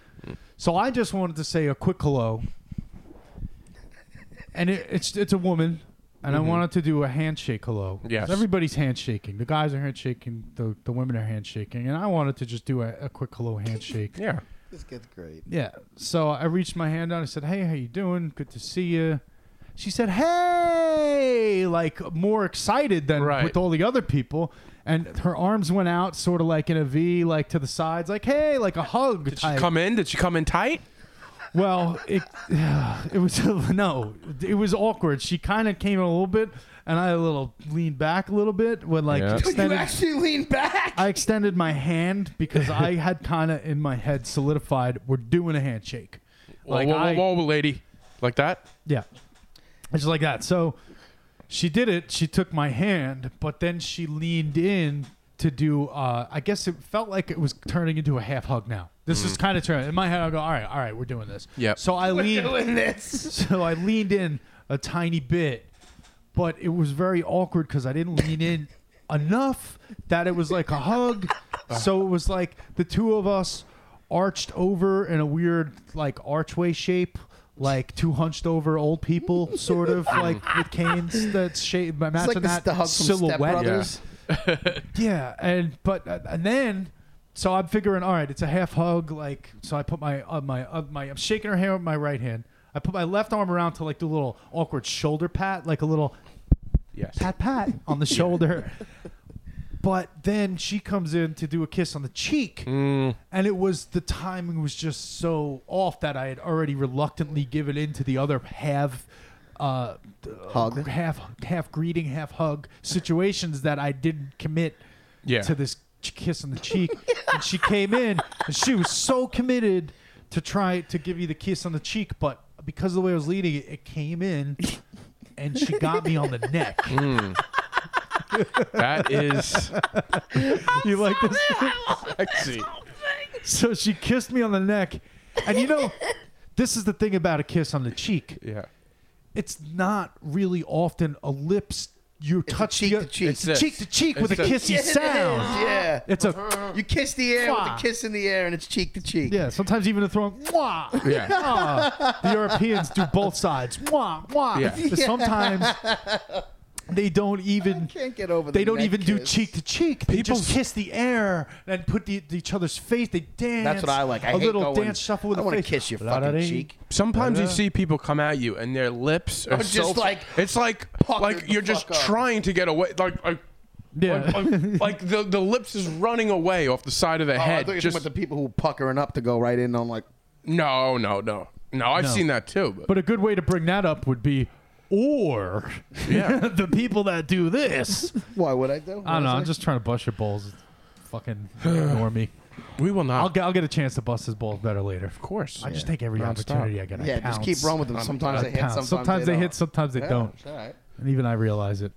Speaker 4: So I just wanted to say a quick hello, and it, it's it's a woman, and I wanted to do a handshake hello. 'Cause
Speaker 1: Yes.
Speaker 4: everybody's handshaking. The guys are handshaking. The the women are handshaking, and I wanted to just do a, a quick hello handshake.
Speaker 1: Yeah.
Speaker 2: this gets great.
Speaker 4: Yeah. So I reached my hand out. I said, "Hey, how you doing? Good to see you." She said, "Hey!" Like more excited than
Speaker 1: Right.
Speaker 4: with all the other people, and her arms went out, sort of like in a V, like to the sides, like "Hey!" Like a hug.
Speaker 1: Did she
Speaker 4: type.
Speaker 1: come in? Did she come in tight?
Speaker 4: Well, it it was no, it was awkward. She kind of came in a little bit, and I a little leaned back a little bit when like
Speaker 1: Yeah.
Speaker 2: You
Speaker 4: extended.
Speaker 2: actually lean back.
Speaker 4: I extended my hand because I had kind of in my head solidified we're doing a handshake.
Speaker 1: Like whoa, whoa,
Speaker 4: I-
Speaker 1: whoa, lady, like that?
Speaker 4: Yeah. It's just like that. So she did it. She took my hand, but then she leaned in to do. Uh, I guess it felt like it was turning into a half hug. Now this is kind of turning in my head. I go, all right, all right, we're doing this.
Speaker 1: Yep.
Speaker 4: So I leaned.
Speaker 2: doing this.
Speaker 4: So I leaned in a tiny bit, but it was very awkward because I didn't lean in enough that it was like a hug. So it was like the two of us arched over in a weird like archway shape. Like two hunched over old people, sort of like with canes that's shaped by
Speaker 2: It's
Speaker 4: matching
Speaker 2: like this,
Speaker 4: that
Speaker 2: the hug from Step
Speaker 4: silhouette.
Speaker 2: Brothers.
Speaker 4: Yeah, and but uh, and then so I'm figuring, all right, it's a half hug. Like so, I put my uh, my uh, my I'm shaking her hand with my right hand. I put my left arm around to like do a little awkward shoulder pat, like a little
Speaker 1: Yes.
Speaker 4: pat pat on the shoulder. But then she comes in to do a kiss on the cheek, and it was the timing was just so off that I had already reluctantly given in to the other half, uh,
Speaker 2: Hug.
Speaker 4: half half greeting, half hug situations that I didn't commit
Speaker 1: Yeah.
Speaker 4: to this ch- kiss on the cheek. and she came in and she was so committed to try to give you the kiss on the cheek, but because of the way I was leading it, it came in and she got me on the neck.
Speaker 1: That is
Speaker 4: you like this?
Speaker 1: sexy.
Speaker 4: So she kissed me on the neck. And you know, this is the thing about a kiss on the cheek.
Speaker 1: Yeah.
Speaker 4: It's not really often a lips you touch
Speaker 2: cheek
Speaker 4: the,
Speaker 2: to cheek.
Speaker 4: It's a cheek to cheek with
Speaker 1: It's
Speaker 4: a
Speaker 1: a-
Speaker 4: kissy
Speaker 2: Yes, it is.
Speaker 4: sound.
Speaker 2: Yeah.
Speaker 4: It's a
Speaker 2: You kiss the air with
Speaker 4: Mwah.
Speaker 2: a kiss in the air, and it's cheek to cheek.
Speaker 4: Uh-huh. Yeah, sometimes even a throw. Wah.
Speaker 1: Yeah.
Speaker 4: Ah, the Europeans do both sides. Wah, wah.
Speaker 1: Yeah.
Speaker 4: But sometimes they don't even.
Speaker 2: Can't get over.
Speaker 4: They
Speaker 2: the
Speaker 4: don't
Speaker 2: neck
Speaker 4: even do
Speaker 2: kiss.
Speaker 4: cheek to cheek. They just
Speaker 1: People's-
Speaker 4: kiss the air and put the, the each other's face. They dance.
Speaker 2: That's what I like. I
Speaker 4: a
Speaker 2: hate
Speaker 4: little
Speaker 2: going,
Speaker 4: dance shuffle with
Speaker 2: I
Speaker 4: the
Speaker 2: wanna
Speaker 4: face.
Speaker 2: kiss your fucking
Speaker 4: La-da-dee.
Speaker 2: cheek.
Speaker 1: Sometimes you see people come at you and their lips are
Speaker 2: Oh, Uh-huh. just
Speaker 1: so-
Speaker 2: like
Speaker 1: it's like
Speaker 2: puckered
Speaker 1: like
Speaker 2: the
Speaker 1: you're just
Speaker 2: fuck up.
Speaker 1: trying to get away like like,
Speaker 4: Yeah.
Speaker 1: like, like- like the the lips is running away off the side of the
Speaker 2: Oh, I
Speaker 1: head.
Speaker 2: thought you were talking
Speaker 1: Just
Speaker 2: about the people who puckering up to go right in on like.
Speaker 1: no no no no. I've
Speaker 4: No.
Speaker 1: seen that too. But,
Speaker 4: But a good way to bring that up would be or
Speaker 1: Yeah.
Speaker 4: the people that do this.
Speaker 2: Why would I do?
Speaker 4: I don't know. I'm just trying to bust your balls. Fucking ignore me.
Speaker 1: We will not.
Speaker 4: I'll get, I'll get a chance to bust his balls better later.
Speaker 1: of course.
Speaker 4: I just take every
Speaker 1: Nonstop.
Speaker 4: opportunity I get. I
Speaker 2: Yeah, just keep
Speaker 4: pounce.
Speaker 2: rolling with them. Sometimes
Speaker 4: I
Speaker 2: they hit,
Speaker 4: pounce.
Speaker 2: sometimes,
Speaker 4: sometimes they,
Speaker 2: they
Speaker 4: hit,
Speaker 2: don't.
Speaker 4: sometimes they
Speaker 2: Yeah,
Speaker 4: don't.
Speaker 2: It's all right.
Speaker 4: And even I realize it.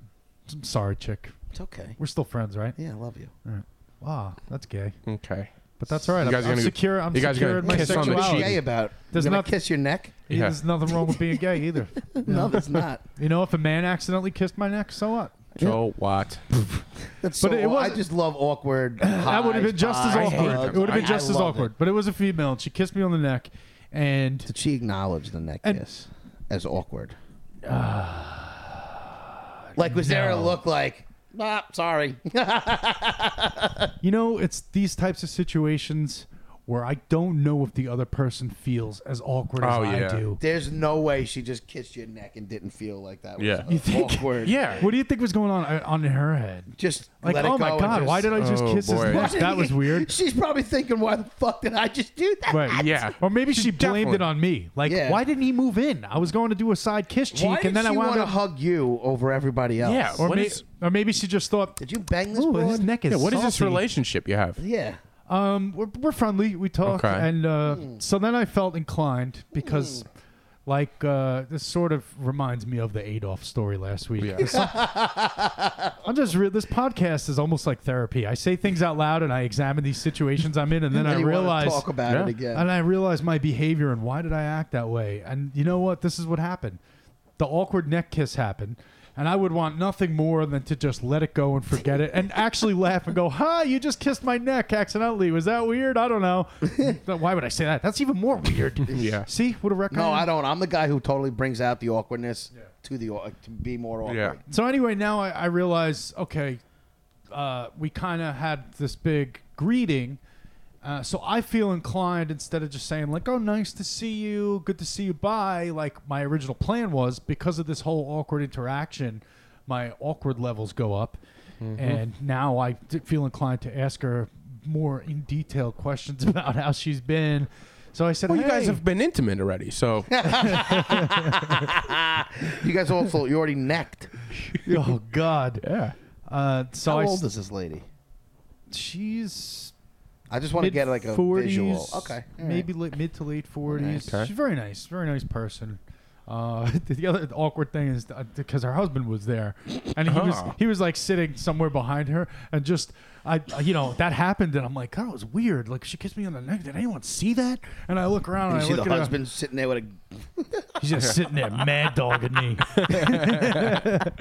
Speaker 4: I'm sorry, chick.
Speaker 2: It's okay.
Speaker 4: We're still friends, right?
Speaker 2: Yeah, I love you.
Speaker 4: Wow, that's gay.
Speaker 1: okay.
Speaker 4: But that's all right.
Speaker 1: You guys
Speaker 4: I'm,
Speaker 1: gonna-
Speaker 4: I'm secure. I'm
Speaker 1: you guys
Speaker 4: secure
Speaker 1: gonna
Speaker 4: in my
Speaker 1: kiss on the
Speaker 4: sexuality.
Speaker 1: cheek?
Speaker 2: gay about? There's
Speaker 4: There's
Speaker 2: no
Speaker 4: noth-
Speaker 2: kiss your neck.
Speaker 4: Yeah,
Speaker 1: Yeah.
Speaker 4: There's nothing wrong with being gay either.
Speaker 2: No, there's not.
Speaker 4: You know, if a man accidentally kissed my neck, so what?
Speaker 1: So what?
Speaker 2: That's so.
Speaker 4: it
Speaker 2: aw- I
Speaker 4: wasn't-
Speaker 2: just love awkward.
Speaker 4: that would have been just as awkward. It would have been just as awkward.
Speaker 2: It.
Speaker 4: But it was a female, and she kissed me on the neck, and
Speaker 2: Did she acknowledge the neck
Speaker 4: And-
Speaker 2: kiss as awkward? like, was there a
Speaker 4: Ah, no.
Speaker 2: look like? Nah, sorry.
Speaker 4: you know, it's these types of situations where I don't know if the other person feels as awkward as
Speaker 1: Oh, yeah.
Speaker 4: I do.
Speaker 2: There's no way she just kissed your neck and didn't feel like that was
Speaker 1: Yeah.
Speaker 2: uh,
Speaker 1: You
Speaker 4: think-
Speaker 2: awkward.
Speaker 1: Yeah.
Speaker 4: What do you think was going on uh, on in her head?
Speaker 2: Just
Speaker 4: Like,
Speaker 2: let it
Speaker 4: oh my
Speaker 2: go and
Speaker 4: god,
Speaker 2: just-
Speaker 4: why did I just
Speaker 1: Oh,
Speaker 4: kiss
Speaker 1: boy.
Speaker 4: his neck? That was weird.
Speaker 2: She's probably thinking, why the fuck did I just do that?
Speaker 4: Right.
Speaker 1: Yeah.
Speaker 4: Or maybe she, blamed
Speaker 1: definitely-
Speaker 4: it on me. Like,
Speaker 2: Yeah.
Speaker 4: why didn't he move in? I was going to do a side kiss cheek,
Speaker 2: Why did
Speaker 4: and then
Speaker 2: she
Speaker 4: I wound
Speaker 2: want to
Speaker 4: up.
Speaker 2: hug you over everybody else?
Speaker 1: Yeah,
Speaker 4: or,
Speaker 1: What
Speaker 4: may-
Speaker 1: is-
Speaker 4: or maybe she just thought,
Speaker 2: Did you bang this
Speaker 4: "Ooh,
Speaker 2: broad?
Speaker 4: his neck is."
Speaker 1: Yeah, what is this
Speaker 4: saucy."
Speaker 1: relationship you have?
Speaker 2: Yeah.
Speaker 4: Um, we're, we're friendly. We talk,
Speaker 1: Okay.
Speaker 4: and uh,
Speaker 2: Hmm.
Speaker 4: so then I felt inclined because, like, uh, this sort of reminds me of the Adolf story last week.
Speaker 1: Yeah.
Speaker 4: 'Cause some- I'm just re- this podcast is almost like therapy. I say things out loud, and I examine these situations I'm in, and then
Speaker 2: And
Speaker 4: I
Speaker 2: you wanna
Speaker 4: realize
Speaker 2: talk about it again.
Speaker 4: and I realized my behavior and why did I act that way? And you know what? This is what happened. The awkward neck kiss happened. And I would want nothing more than to just let it go and forget it and actually laugh and go, Hi, you just kissed my neck accidentally. Was that weird? I don't know. But why would I say that? That's even more weird.
Speaker 1: Yeah.
Speaker 4: See, what a record.
Speaker 2: No, I don't. I'm the guy who totally brings out the awkwardness to the au- to be more awkward.
Speaker 1: Yeah.
Speaker 4: So anyway, now I, I realize, okay, uh, we kind of had this big greeting. Uh, so I feel inclined instead of just saying like, "Oh, nice to see you, good to see you, bye." Like my original plan was because of this whole awkward interaction, my awkward levels go up,
Speaker 1: Mm-hmm.
Speaker 4: and now I d- feel inclined to ask her more in detail questions about how she's been. So I said,
Speaker 1: Well, Oh, you guys
Speaker 4: "Hey."
Speaker 1: have been intimate already, so
Speaker 2: You guys also you already necked.
Speaker 4: oh God,
Speaker 1: yeah.
Speaker 4: Uh, so
Speaker 2: How
Speaker 4: I,
Speaker 2: old
Speaker 4: s-
Speaker 2: is this lady?
Speaker 4: she's
Speaker 2: I just want to get like a
Speaker 4: 40s,
Speaker 2: visual. Okay. all
Speaker 4: maybe
Speaker 2: right.
Speaker 4: late, mid to late forties.
Speaker 1: Okay.
Speaker 4: She's very nice, very nice person. Uh, the other awkward thing is because her husband was there, and he was
Speaker 1: Oh.
Speaker 4: he was like sitting somewhere behind her, and just I you know that happened, and I'm like, oh, it was weird. Like she kissed me on the neck. Did anyone see that? And I look around, and
Speaker 2: You
Speaker 4: I
Speaker 2: see the
Speaker 4: look at her.
Speaker 2: husband sitting there with a.
Speaker 4: He's just sitting there, mad dogging me.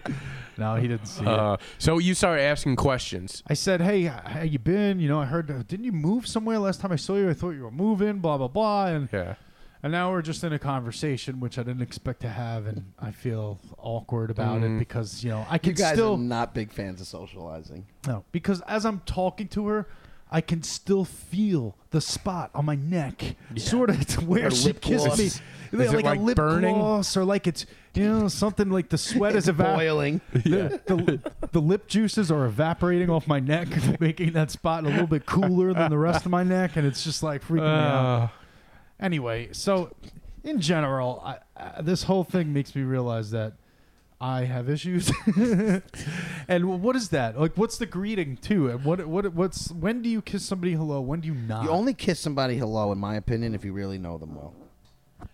Speaker 4: no, he didn't see it.
Speaker 1: Uh, so you start asking questions.
Speaker 4: I said, "Hey, how you been? You know, I heard. uh, Didn't you move somewhere last time I saw you? I thought you were moving. Blah blah blah." And
Speaker 1: Yeah.
Speaker 4: And now we're just in a conversation, which I didn't expect to have, and I feel awkward about it because you know I
Speaker 2: Mm. You
Speaker 4: can
Speaker 2: guys
Speaker 4: still
Speaker 2: are not big fans of socializing.
Speaker 4: no because as I'm talking to her, I can still feel the spot on my neck, sort of to where
Speaker 2: Or
Speaker 4: she
Speaker 2: lip
Speaker 4: kissed
Speaker 2: gloss.
Speaker 4: me,
Speaker 2: Is
Speaker 1: it,
Speaker 4: like,
Speaker 1: like,
Speaker 4: a lip
Speaker 1: burning?
Speaker 4: gloss or like it's you know something like the sweat is evaporating.
Speaker 2: Boiling.
Speaker 4: The, the, the lip juices are evaporating off my neck, making that spot a little bit cooler than the rest of my neck, and it's just like freaking me out.
Speaker 1: Uh,
Speaker 4: Anyway, so in general, I, I, this whole thing makes me realize that I have issues. and what is that? Like, what's the greeting too? And what what what's when do you kiss somebody hello? When do you not?
Speaker 2: You only kiss somebody hello, in my opinion, if you really know them well.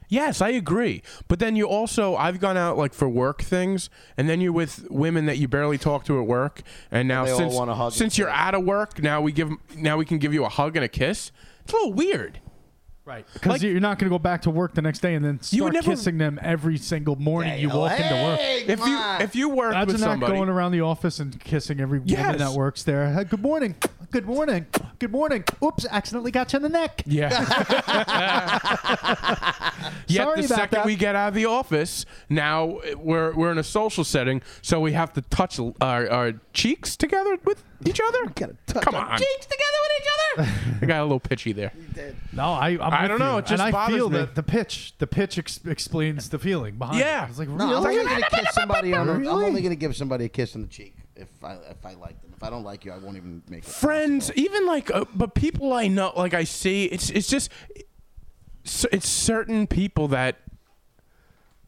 Speaker 1: yes, I agree. But then you also, I've gone out like for work things, and then you're with women that you barely talk to at work, and now
Speaker 2: they all
Speaker 1: since
Speaker 2: wanna hug and
Speaker 1: since you're
Speaker 2: kiss.
Speaker 1: out of work, now we give now we can give you a hug and a kiss. It's a little weird.
Speaker 4: right because
Speaker 1: like-
Speaker 4: you're not going to go back to work the next day and then start
Speaker 1: would never-
Speaker 4: kissing them every single morning you walk into work.
Speaker 1: If you if you work
Speaker 4: Imagine
Speaker 1: with
Speaker 4: not
Speaker 1: somebody,
Speaker 4: going around the office and kissing every
Speaker 1: Yes.
Speaker 4: woman that works there. Hey, good morning. Good morning. Good morning. Oops, accidentally got you in the neck.
Speaker 1: Yeah. Yet
Speaker 4: Sorry
Speaker 1: the
Speaker 4: about
Speaker 1: second
Speaker 4: that.
Speaker 1: we get out of the office, now eh, we're we're in a social setting, so we have to touch our, our cheeks together with each other.
Speaker 2: Gotta touch
Speaker 1: Come
Speaker 2: our
Speaker 1: on,
Speaker 2: cheeks
Speaker 1: together with each other. I got a little pitchy there.
Speaker 4: No, I I'm
Speaker 1: I
Speaker 4: with
Speaker 1: don't know,
Speaker 4: you.
Speaker 1: it just
Speaker 4: and I
Speaker 1: bothers
Speaker 4: feel
Speaker 1: me.
Speaker 4: that the pitch, the pitch ex- explains the feeling behind.
Speaker 1: Yeah.
Speaker 4: it. it's like
Speaker 2: No, I'm
Speaker 4: really.
Speaker 2: only gonna kiss somebody on. the- I'm
Speaker 4: Really?
Speaker 2: only gonna give somebody a kiss on the cheek if I if I like them. If I don't like you, I won't even make it.
Speaker 1: Friends, even like, uh, but people I know, like I see, it's it's just, it's, it's certain people that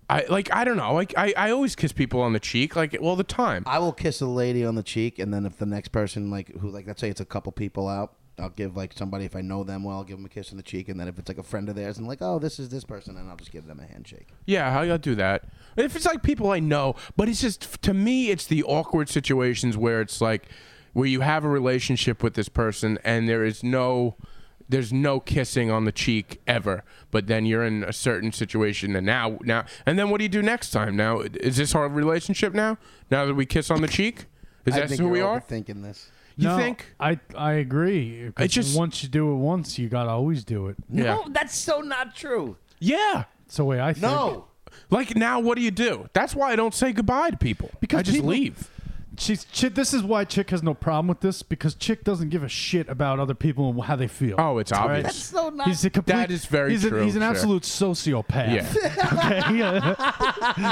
Speaker 1: I like I don't know. Like I, I always kiss people on the cheek like all the time.
Speaker 2: I will kiss a lady on the cheek, and then if the next person, like, who, like, let's say it's a couple people out, I'll give, like, somebody, if I know them well, I'll give them a kiss on the cheek, and then if it's, like, a friend of theirs, and like, oh, this is this person, and I'll just give them a handshake.
Speaker 1: Yeah, I- I'll do that. If it's like people I know, but it's just to me, it's the awkward situations where it's like where you have a relationship with this person and there is no there's no kissing on the cheek ever but then you're in a certain situation and now now and then what do you do next time now is this our relationship now now that we kiss on the cheek is
Speaker 2: I
Speaker 1: that
Speaker 2: think
Speaker 1: who
Speaker 2: you're
Speaker 1: we are
Speaker 2: Thinking this.
Speaker 1: you
Speaker 4: No,
Speaker 1: think
Speaker 4: I I agree. 'cause
Speaker 1: It just-
Speaker 4: once you do it once, you gotta always do it.
Speaker 1: yeah
Speaker 2: No, that's so not true.
Speaker 1: yeah
Speaker 4: That's the way I think.
Speaker 2: No.
Speaker 1: like now what do you do that's why i don't say goodbye to people because i just
Speaker 4: people-
Speaker 1: leave
Speaker 4: She's chick. This is why chick has no problem with this because chick doesn't give a shit about other people and how they feel.
Speaker 1: oh it's
Speaker 4: right.
Speaker 1: obvious
Speaker 2: That's so not.
Speaker 4: He's a complete.
Speaker 1: That is very
Speaker 4: he's A,
Speaker 1: true,
Speaker 4: he's an
Speaker 1: sir.
Speaker 4: absolute sociopath.
Speaker 1: yeah
Speaker 4: Okay.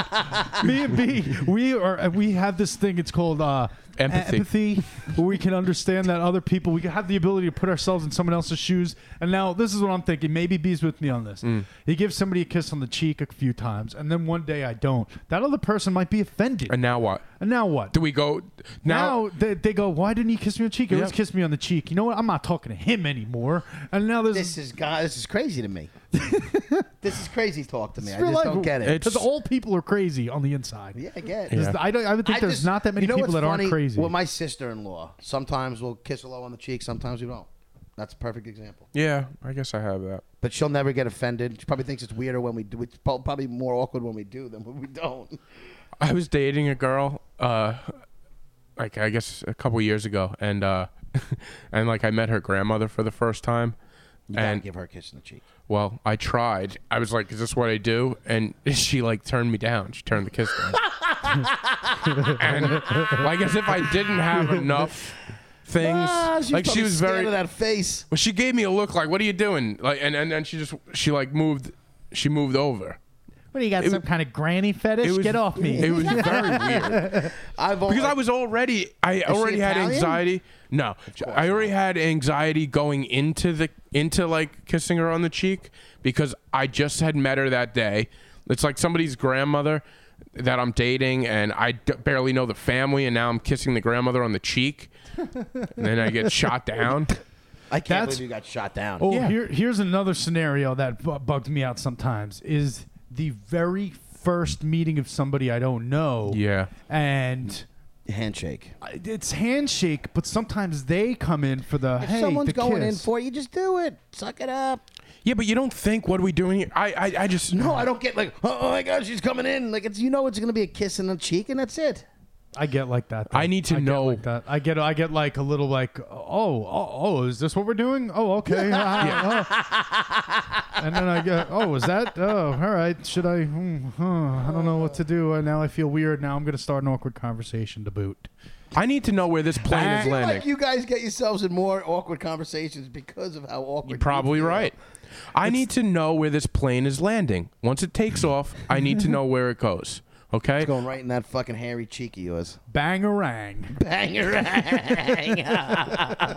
Speaker 4: Me and B, we are. We have this thing. It's called uh,
Speaker 1: Empathy.
Speaker 4: Empathy. Where we can understand that other people. We can have the ability to put ourselves in someone else's shoes. And now this is what I'm thinking. Maybe B's with me on this.
Speaker 1: Mm.
Speaker 4: He gives somebody a kiss on the cheek a few times, and then one day I don't. That other person might be offended.
Speaker 1: and now what
Speaker 4: And now what?
Speaker 1: Do we go now?
Speaker 4: Now, they, they go, why didn't he kiss me on the cheek? He always
Speaker 1: Yeah.
Speaker 4: kissed me on the cheek. You know what? I'm not talking to him anymore. And now there's
Speaker 2: This is God. This is crazy to me. this is crazy talk to me. I
Speaker 4: real
Speaker 2: just
Speaker 4: life.
Speaker 2: don't get it.
Speaker 1: It's-
Speaker 4: Because all people are crazy on the inside.
Speaker 2: yeah, I get it.
Speaker 4: There's- I, don't, I would think there's
Speaker 2: just-
Speaker 4: not that many
Speaker 2: you know
Speaker 4: people
Speaker 2: what's
Speaker 4: that aren't
Speaker 2: funny?
Speaker 4: crazy.
Speaker 2: Well, my sister-in-law sometimes will kiss her low on the cheek, sometimes we don't. That's a perfect example.
Speaker 1: Yeah, I guess I have that.
Speaker 2: But she'll never get offended. She probably thinks it's weirder when we do. It's prob- probably more awkward when we do than when we don't.
Speaker 1: I was dating a girl, uh, like I guess a couple years ago, and uh, and like I met her grandmother for the first time,
Speaker 2: You gotta
Speaker 1: and
Speaker 2: give her a kiss on the cheek.
Speaker 1: well, I tried. I was like, "Is this what I do?" And she like turned me down. She turned the kiss down, and like as if I didn't have enough things.
Speaker 2: Ah,
Speaker 1: like she was very
Speaker 2: of that face.
Speaker 1: Well, she gave me a look like, "What are you doing?" Like, and and then she just she like moved, she moved over.
Speaker 4: what do you got?
Speaker 1: it
Speaker 4: some
Speaker 1: was-
Speaker 4: kind of granny fetish?
Speaker 1: It was-
Speaker 4: Get off me.
Speaker 1: It was very weird.
Speaker 2: I've
Speaker 1: because I was already I already had
Speaker 2: Italian?
Speaker 1: anxiety. No, I already had anxiety going into the into like kissing her on the cheek because I just had met her that day. It's like somebody's grandmother that I'm dating, and I d- barely know the family, and now I'm kissing the grandmother on the cheek, and then I get shot down.
Speaker 2: I can't
Speaker 4: That's-
Speaker 2: believe you got shot down.
Speaker 4: Oh,
Speaker 1: Yeah.
Speaker 4: here, here's another scenario that bu- bugged me out sometimes is the very first meeting of somebody I don't know.
Speaker 1: Yeah.
Speaker 4: And
Speaker 2: Handshake.
Speaker 4: I- it's handshake, but sometimes they come in for the hey,
Speaker 2: Someone's
Speaker 4: the
Speaker 2: going in
Speaker 4: kiss."
Speaker 2: for it, you. Just do it. Suck it up.
Speaker 1: Yeah, but you don't think what are we doing here? I I, I just
Speaker 2: No, I don't get like, oh, oh my god, she's coming in. Like it's you know it's gonna be a kiss on the cheek and that's it.
Speaker 4: I get like that.
Speaker 1: I need to
Speaker 4: get
Speaker 1: know.
Speaker 4: like that. I get. I get like a little like, oh, oh, oh is this what we're doing? Oh, okay. Ah, ah. and then I get, oh, is that? Oh, all right. Should I? hmm, huh, I don't know what to do. Uh, now I feel weird. Now I'm gonna start an awkward conversation to boot.
Speaker 1: I need to know where this plane
Speaker 4: I
Speaker 1: is
Speaker 4: feel
Speaker 2: I feel
Speaker 1: landing.
Speaker 2: Like you guys get yourselves in more awkward conversations because of how awkward.
Speaker 1: You're probably
Speaker 2: you feel.
Speaker 1: right. I need to know where this plane is landing. Once it takes off, I need to know where it goes. Okay?
Speaker 2: Going right in that fucking hairy cheek of yours.
Speaker 4: Bangarang.
Speaker 2: Bang your ass.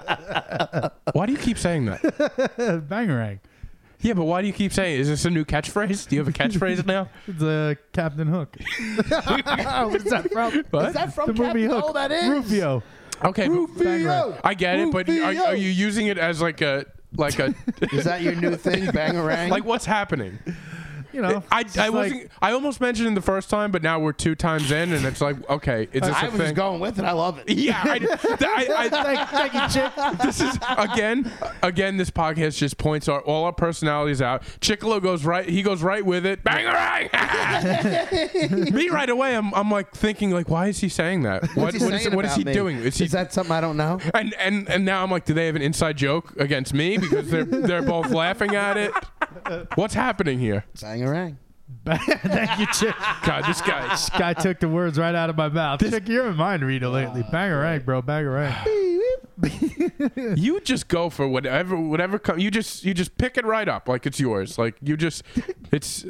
Speaker 1: Why do you keep saying that?
Speaker 4: Bangarang.
Speaker 1: Yeah, but why do you keep saying? Is this a new catchphrase? Do you have a catchphrase now?
Speaker 4: The uh, Captain Hook. What's that from?
Speaker 1: What?
Speaker 2: Oh, Is that from
Speaker 4: The movie
Speaker 2: Captain?
Speaker 4: Hook.
Speaker 2: Oh, that is
Speaker 4: Rufio.
Speaker 1: Okay, but-
Speaker 2: Rufio.
Speaker 1: I get it, but
Speaker 2: Rufio.
Speaker 1: are, are you using it as like a like a
Speaker 2: Is that your new thing, bangarang?
Speaker 1: like what's happening?
Speaker 4: You know.
Speaker 1: I,
Speaker 4: it's
Speaker 1: I
Speaker 4: just
Speaker 1: wasn't
Speaker 4: like-
Speaker 1: I almost mentioned it the first time, but now we're two times in, and it's like okay, is this
Speaker 2: I
Speaker 1: a
Speaker 2: was
Speaker 1: thing?
Speaker 2: going with it. I love it.
Speaker 1: yeah, I, I, I,
Speaker 4: Thank, thank you, chick.
Speaker 1: this is again, again. This podcast just points our all our personalities out. Chicolo goes right. He goes right with it. Bangarang. me right away. I'm, I'm like thinking like, why is he saying that? What
Speaker 2: What's he
Speaker 1: what is
Speaker 2: saying
Speaker 1: what is
Speaker 2: about
Speaker 1: he
Speaker 2: me?
Speaker 1: doing? Is he
Speaker 2: that something I don't know?
Speaker 1: and, and and now I'm like, do they have an inside joke against me because they're they're both laughing at it? What's happening here?
Speaker 2: Bangarang.
Speaker 4: thank you, chick.
Speaker 1: God, this guy.
Speaker 4: This guy took the words right out of my mouth. Chick, you're a mind reader lately.
Speaker 1: Oh,
Speaker 4: Bangarang, bro. Bangarang.
Speaker 1: You just go for whatever whatever comes. You just you just pick it right up like it's yours. Like you just it's.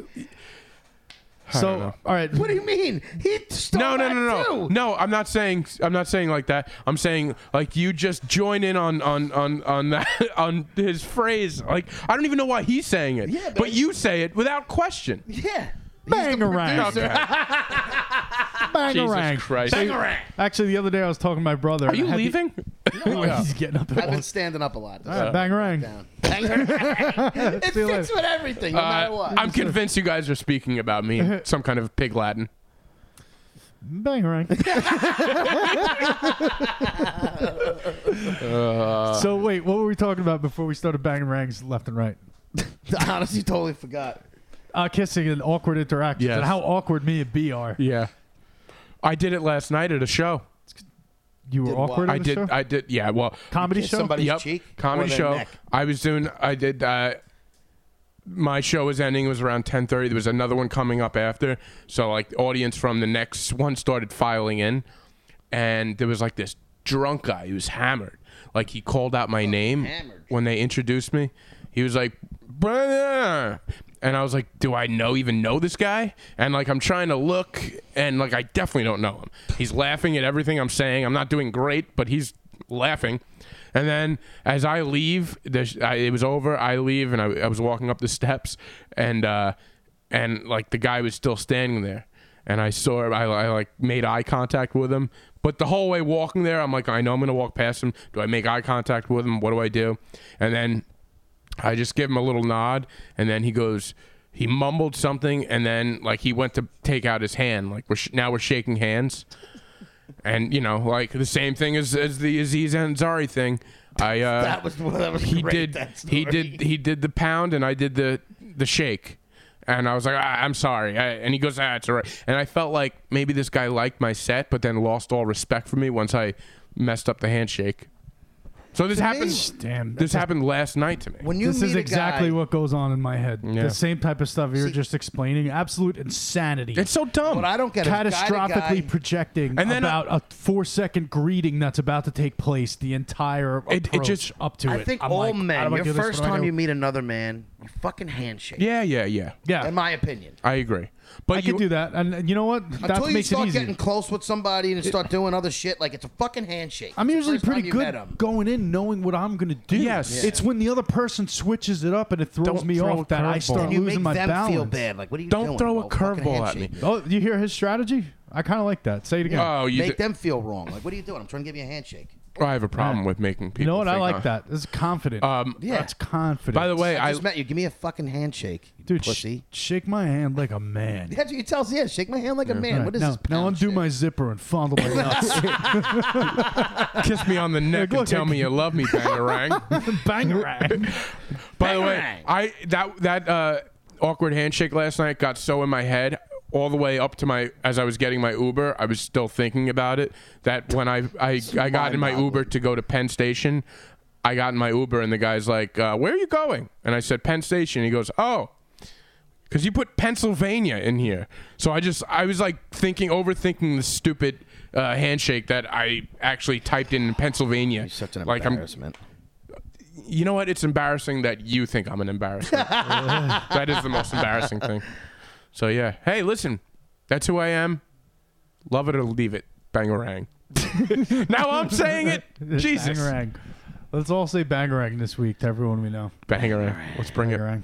Speaker 1: I don't know.
Speaker 4: So, all right.
Speaker 2: What do you mean? He stole
Speaker 1: No, no,
Speaker 2: that
Speaker 1: no, no,
Speaker 2: too.
Speaker 1: no. I'm not saying I'm not saying like that. I'm saying like you just join in on on on on that on his phrase. Like I don't even know why he's saying it,
Speaker 2: Yeah,
Speaker 1: but
Speaker 2: but-
Speaker 1: you say it without question.
Speaker 2: Yeah. He's the
Speaker 4: Bangarang.
Speaker 2: producer.
Speaker 4: Bangarang.
Speaker 1: Jesus Christ.
Speaker 2: Bangarang.
Speaker 4: Actually, the other day I was talking to my brother.
Speaker 1: Are you leaving?
Speaker 4: He's getting up.
Speaker 2: I've
Speaker 4: At
Speaker 2: been
Speaker 4: once.
Speaker 2: standing up a lot. This
Speaker 4: All right, Bangarang.
Speaker 2: down. Bangarang. it
Speaker 4: See you
Speaker 2: fits
Speaker 4: later.
Speaker 2: with everything, no matter
Speaker 1: Uh,
Speaker 2: what.
Speaker 1: I'm convinced you guys are speaking about me in some kind of pig Latin.
Speaker 4: Bangarang. so wait, what were we talking about before we started bangarangs left and right?
Speaker 2: I honestly totally forgot.
Speaker 4: Uh, kissing and awkward interactions
Speaker 1: Yes.
Speaker 4: and how awkward me and B are.
Speaker 1: Yeah. I did it last night at a show.
Speaker 4: You were
Speaker 2: Did what?
Speaker 4: awkward.
Speaker 1: I
Speaker 4: at a
Speaker 1: did.
Speaker 4: show?
Speaker 1: I did. Yeah. Well,
Speaker 4: Comedy
Speaker 2: Kiss
Speaker 4: show.
Speaker 2: somebody- Somebody's
Speaker 1: Oh, yep,
Speaker 2: cheek
Speaker 1: comedy
Speaker 2: or their
Speaker 1: show.
Speaker 2: neck?
Speaker 1: I was doing. I did. Uh, my show was ending. It was around ten thirty. There was another one coming up after. So like, the audience from the next one started filing in, and there was like this drunk guy who was hammered. Like he called out my name
Speaker 2: Oh, hammered.
Speaker 1: when they introduced me. He was like, "Brother," and I was like, "Do I know even know this guy?" And like, I'm trying to look, and like, I definitely don't know him. He's laughing at everything I'm saying. I'm not doing great, but he's laughing. And then as I leave, there's- I, it was over. I leave, and I, I was walking up the steps, and uh, and like the guy was still standing there, and I saw him. I, I like made eye contact with him, but the whole way walking there, I'm like, I know I'm gonna walk past him. Do I make eye contact with him? What do I do? And then I just give him a little nod, and then he goes. He mumbled something, and then like he went to take out his hand. Like we're sh- now we're shaking hands, and you know like the same thing as as the Aziz Ansari thing. I uh,
Speaker 2: That was that was
Speaker 1: he
Speaker 2: great,
Speaker 1: did
Speaker 2: that
Speaker 1: he
Speaker 2: story.
Speaker 1: did he did the pound and I did the the shake and I was like I, I'm sorry I, and he goes ah it's all right and I felt like maybe this guy liked my set but then lost all respect for me once I messed up the handshake so this happened
Speaker 4: Damn.
Speaker 1: this happened last night to me
Speaker 2: When you
Speaker 4: This
Speaker 2: meet
Speaker 4: is
Speaker 2: a
Speaker 4: exactly
Speaker 2: guy,
Speaker 4: what goes on in my head.
Speaker 1: Yeah.
Speaker 4: The same type of stuff you're just explaining. Absolute insanity.
Speaker 1: it's so dumb
Speaker 2: what I don't get is guy to
Speaker 4: catastrophically
Speaker 2: guy-
Speaker 4: projecting
Speaker 1: And then uh,
Speaker 4: about a four-second greeting that's about to take place. The entire
Speaker 1: It- it
Speaker 4: approach
Speaker 1: just-
Speaker 4: up to it.
Speaker 2: I think
Speaker 4: I'm
Speaker 2: all
Speaker 4: like, how
Speaker 2: men,
Speaker 4: do I
Speaker 2: your
Speaker 4: do this?
Speaker 2: first
Speaker 4: What do I
Speaker 2: time
Speaker 4: do?
Speaker 2: you meet another man, you fucking handshake.
Speaker 1: yeah yeah yeah
Speaker 4: yeah,
Speaker 2: In my opinion.
Speaker 1: I agree but
Speaker 4: I
Speaker 1: you
Speaker 4: could do that, and and you know what? That
Speaker 2: Until you
Speaker 4: makes
Speaker 2: start
Speaker 4: it easy.
Speaker 2: getting close with somebody and start doing other shit, like it's a fucking handshake.
Speaker 4: I'm
Speaker 2: It's the
Speaker 4: usually
Speaker 2: first time
Speaker 4: pretty
Speaker 2: you met
Speaker 4: good
Speaker 2: 'em.
Speaker 4: going in knowing what I'm going to do.
Speaker 1: Yes. Yeah.
Speaker 4: It's when the other person switches it up and it throws
Speaker 1: Don't
Speaker 4: me
Speaker 1: throw a
Speaker 4: off that I
Speaker 1: curveball.
Speaker 4: start
Speaker 2: And you
Speaker 4: losing
Speaker 2: make
Speaker 4: my
Speaker 2: them
Speaker 4: balance.
Speaker 2: feel bad. Like, what are you
Speaker 1: Don't
Speaker 2: doing,
Speaker 1: throw a
Speaker 2: bro? Fucking
Speaker 1: curveball at
Speaker 2: handshake.
Speaker 1: me.
Speaker 4: Oh, you hear his strategy? I kind of like that. Say it again.
Speaker 1: oh you
Speaker 2: Make
Speaker 1: do-
Speaker 2: them feel wrong. Like, what are you doing? I'm trying to give you a handshake.
Speaker 1: I have a problem with making people
Speaker 4: you know what? I
Speaker 1: think,
Speaker 4: like
Speaker 1: uh,
Speaker 4: that. This is confident.
Speaker 1: Um,
Speaker 2: Yeah.
Speaker 4: That's confident.
Speaker 1: by the way
Speaker 2: I
Speaker 1: I
Speaker 2: just met you. Give me a fucking handshake, you
Speaker 4: dude, sh-
Speaker 2: pussy.
Speaker 4: shake my hand like a man.
Speaker 2: That's what you tell us. Yeah, shake my hand like a man.
Speaker 4: All right,
Speaker 2: What is
Speaker 4: now,
Speaker 2: this?
Speaker 4: Now
Speaker 2: pound
Speaker 4: undo
Speaker 2: shit?
Speaker 4: my zipper and fondle my nuts.
Speaker 1: kiss me on the neck
Speaker 4: look,
Speaker 1: and tell
Speaker 4: I-
Speaker 1: me you love me bangarang
Speaker 4: Bangarang.
Speaker 1: By the way, I that that uh, awkward handshake last night got so in my head all the way up to my as I was getting my Uber, I was still thinking about it. That when I I, I got in my
Speaker 2: mind-boggling.
Speaker 1: Uber to go to Penn Station, I got in my Uber and the guy's like, uh, "Where are you going?" And I said, "Penn Station." He goes, "Oh." Because you put Pennsylvania in here, so I just I was like thinking, overthinking the stupid uh, handshake that I actually typed in Pennsylvania.
Speaker 2: You're such an
Speaker 1: like I'm
Speaker 2: embarrassment.
Speaker 1: you know what? It's embarrassing that you think I'm an embarrassment. that is the most embarrassing thing. So yeah. Hey, listen, that's who I am. Love it or leave it. Bangarang. now I'm saying it. Jesus. Bangarang.
Speaker 4: Bangarang. Let's all say bangarang this week to everyone we know.
Speaker 1: Let's bring it.
Speaker 4: Bangarang.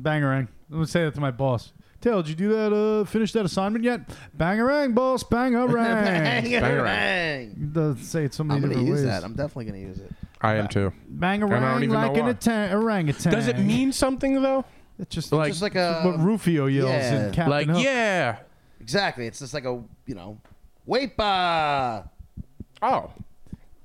Speaker 4: Bangarang. I'm gonna say that to my boss. Taylor, did you do that? Uh, finish that assignment yet? Bangarang, boss. Bangarang.
Speaker 2: Bangarang.
Speaker 4: It Does say it so many
Speaker 2: I'm gonna
Speaker 4: different
Speaker 2: use
Speaker 4: ways.
Speaker 2: that. I'm definitely gonna use it.
Speaker 1: I am too. And I don't
Speaker 4: Bangarang,
Speaker 1: even know
Speaker 4: like an
Speaker 1: why.
Speaker 4: atta- orangutan.
Speaker 1: Does it mean something though?
Speaker 4: It's just
Speaker 1: Like-
Speaker 2: Just like a
Speaker 4: what Rufio yells
Speaker 2: yeah.
Speaker 4: in Captain
Speaker 1: Like
Speaker 4: Hook.
Speaker 1: yeah.
Speaker 2: exactly. It's just like a you know, wapa.
Speaker 1: Oh.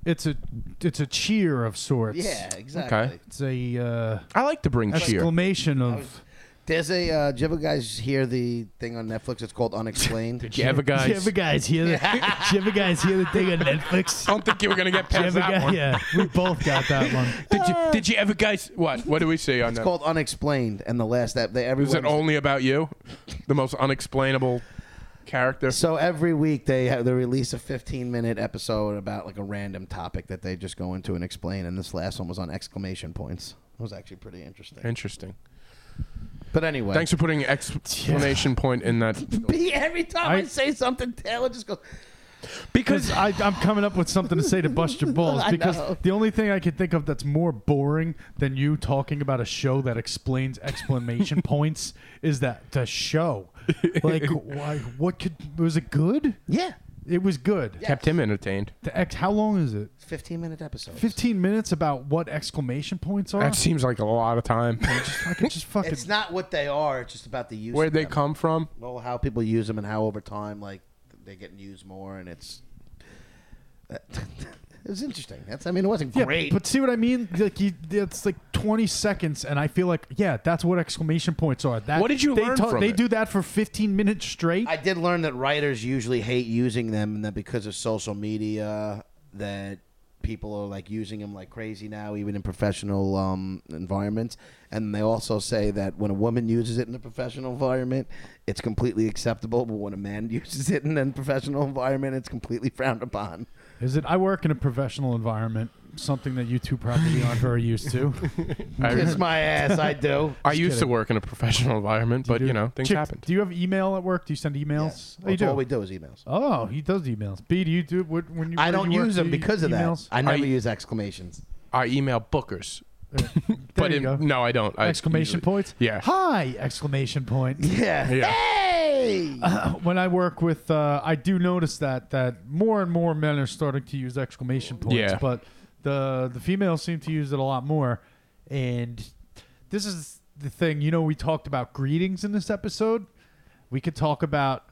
Speaker 4: It's a it's a cheer of sorts.
Speaker 2: Yeah, exactly.
Speaker 4: It's a uh,
Speaker 1: I like to bring cheer.
Speaker 4: exclamation of.
Speaker 2: There's a. Uh, did you ever guys hear the thing on Netflix? It's called Unexplained.
Speaker 1: Did you ever guys?
Speaker 4: Did you ever guys hear the? did you ever guys hear the thing on Netflix?
Speaker 1: I don't think you were gonna get
Speaker 4: Did you
Speaker 1: past
Speaker 4: ever
Speaker 1: that
Speaker 4: guy-
Speaker 1: one.
Speaker 4: Yeah, we both got that one.
Speaker 1: Did you? Did you ever guys? What? What do we see on
Speaker 2: It's
Speaker 1: that?
Speaker 2: called Unexplained, and the last that they every
Speaker 1: Is it
Speaker 2: Wednesday-
Speaker 1: only about you? The most unexplainable character.
Speaker 2: So every week they have, they release a 15 minute episode about like a random topic that they just go into and explain. And this last one was on exclamation points. It was actually pretty interesting.
Speaker 1: Interesting.
Speaker 2: But anyway,
Speaker 1: Thanks for putting explanation point in that.
Speaker 2: B, every time I,
Speaker 4: I-
Speaker 2: say something, Taylor just goes.
Speaker 4: Because I, I'm coming up with something to say to bust your balls.
Speaker 2: I
Speaker 4: Because
Speaker 2: know.
Speaker 4: the only thing I can think of that's more boring than you talking about a show that explains exclamation points is that the show. Like, why? What could? Was it good?
Speaker 2: Yeah.
Speaker 4: It was good.
Speaker 1: Kept him entertained.
Speaker 4: The ex, how long is it?
Speaker 2: 15 minute episode.
Speaker 4: 15 minutes about what exclamation points are?
Speaker 1: That seems like a lot of time.
Speaker 4: I could just fucking.
Speaker 2: It's not what they are, it's just about the use.
Speaker 1: Where'd
Speaker 2: of
Speaker 1: they
Speaker 2: them.
Speaker 1: come from?
Speaker 2: Well, how people use them and how over time, like, they're getting used more, and it's. it was interesting. That's, I mean, it wasn't
Speaker 4: yeah,
Speaker 2: great.
Speaker 4: but see what I mean? Like you, it's like 20 seconds, and I feel like, yeah, that's what exclamation points are. That
Speaker 1: What did you
Speaker 4: they
Speaker 1: learn from
Speaker 4: They
Speaker 1: it?
Speaker 4: do that for 15 minutes straight.
Speaker 2: I did learn that writers usually hate using them, and that because of social media, that people are like using them like crazy now, even in professional um, environments. And they also say that when a woman uses it in a professional environment, it's completely acceptable, but when a man uses it in a professional environment, it's completely frowned upon.
Speaker 4: Is it? I work in a professional environment, something that you two probably aren't very used to.
Speaker 2: Kiss my ass, I do.
Speaker 1: I used to
Speaker 4: kidding.
Speaker 1: work in a professional environment, but
Speaker 4: Do-
Speaker 1: you know, things
Speaker 4: Chick,
Speaker 1: happened.
Speaker 4: Do you have email at work? Do you send emails? Oh, you
Speaker 2: That's
Speaker 4: do.
Speaker 2: all we do is emails.
Speaker 4: Oh, he does emails. B, do you do what when you?
Speaker 2: I
Speaker 4: where
Speaker 2: don't
Speaker 4: you work,
Speaker 2: use
Speaker 4: do
Speaker 2: them
Speaker 4: you
Speaker 2: because of
Speaker 4: emails?
Speaker 2: that. I never
Speaker 1: I-
Speaker 2: use exclamations.
Speaker 1: I email bookers,
Speaker 4: There
Speaker 1: but
Speaker 4: you
Speaker 1: in,
Speaker 4: go.
Speaker 1: no, I don't. I
Speaker 4: exclamation
Speaker 1: usually-
Speaker 4: points.
Speaker 1: Yeah.
Speaker 4: Hi! Exclamation point.
Speaker 2: Yeah.
Speaker 1: Yeah.
Speaker 2: Hey!
Speaker 4: Uh, when I work with, uh, I do notice that that more and more men are starting to use exclamation points,
Speaker 1: Yeah.
Speaker 4: but the the females seem to use it a lot more. And this is the thing, you know, we talked about greetings in this episode. We could talk about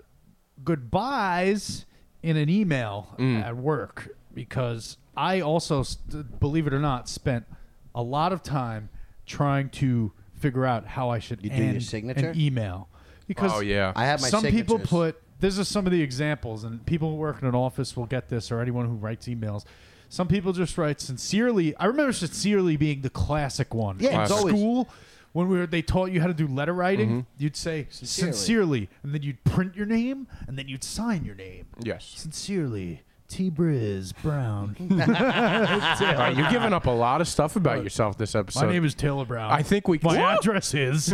Speaker 4: goodbyes in an email
Speaker 1: Mm.
Speaker 4: at work because I also, st- believe it or not, spent a lot of time trying to figure out how I should
Speaker 2: You do
Speaker 4: end
Speaker 2: your signature?
Speaker 4: an email because
Speaker 1: Oh, yeah.
Speaker 2: I have my
Speaker 4: some people
Speaker 2: signatures.
Speaker 4: put this is some of the examples and people who work in an office will get this or anyone who writes emails some people just write sincerely i remember sincerely being the classic one
Speaker 2: Yeah, it's
Speaker 4: in
Speaker 2: always- Mm-hmm.
Speaker 4: school when we were, they taught you how to do letter writing you'd say
Speaker 2: Sincerely.
Speaker 4: sincerely. and then you'd print your name and then you'd sign your name
Speaker 1: Yes.
Speaker 4: sincerely t briz brown
Speaker 1: All right, you're giving up a lot of stuff about yourself this episode.
Speaker 4: my name is taylor brown
Speaker 1: I think we.
Speaker 4: my
Speaker 1: Whoa!
Speaker 4: address is.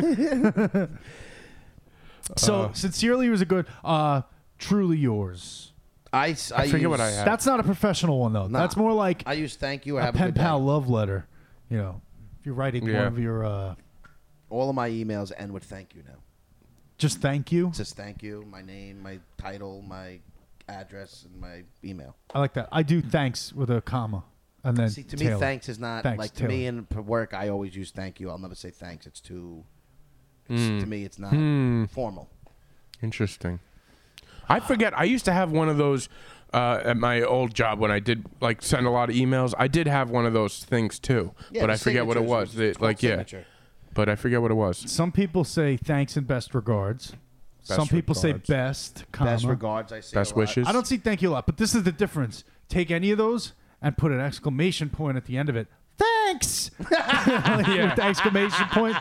Speaker 4: so
Speaker 2: Uh.
Speaker 4: sincerely was a good. Uh, truly yours.
Speaker 2: I, s- I
Speaker 1: forget what
Speaker 2: use-
Speaker 1: I had.
Speaker 4: That's not a professional one though.
Speaker 2: Nah.
Speaker 4: That's more like
Speaker 2: I use thank you or
Speaker 4: a
Speaker 2: have a
Speaker 4: pen
Speaker 2: good day.
Speaker 4: pal love letter. You know, if you're writing one
Speaker 1: Yeah.
Speaker 4: of your uh,
Speaker 2: All of my emails end with thank you now.
Speaker 4: just thank you.
Speaker 2: It says thank you, my name, my title, my address, and my email.
Speaker 4: I like that. I do thanks with a comma and then
Speaker 2: See, to
Speaker 4: Taylor.
Speaker 2: me, thanks is not
Speaker 4: Thanks,
Speaker 2: like to me in p- work. I always use thank you. I'll never say thanks. It's too. It's,
Speaker 1: Hmm.
Speaker 2: To me, it's not formal.
Speaker 1: Interesting. I forget. I used to have one of those uh, at my old job when I did like send a lot of emails. I did have one of those things too,
Speaker 2: Yeah,
Speaker 1: but
Speaker 2: the
Speaker 1: I forget what it
Speaker 2: signatures
Speaker 1: was.
Speaker 2: just
Speaker 1: The-
Speaker 2: called
Speaker 1: like yeah,
Speaker 2: signature.
Speaker 1: but I forget what it was.
Speaker 4: Some people say thanks and best regards. Some people
Speaker 1: regards.
Speaker 4: say best, comma.
Speaker 2: Best regards. I say.
Speaker 1: Best
Speaker 2: a lot.
Speaker 1: wishes.
Speaker 4: I don't see thank you a lot, but this is the difference. Take any of those and put an exclamation point at the end of it. Thanks! With the exclamation point.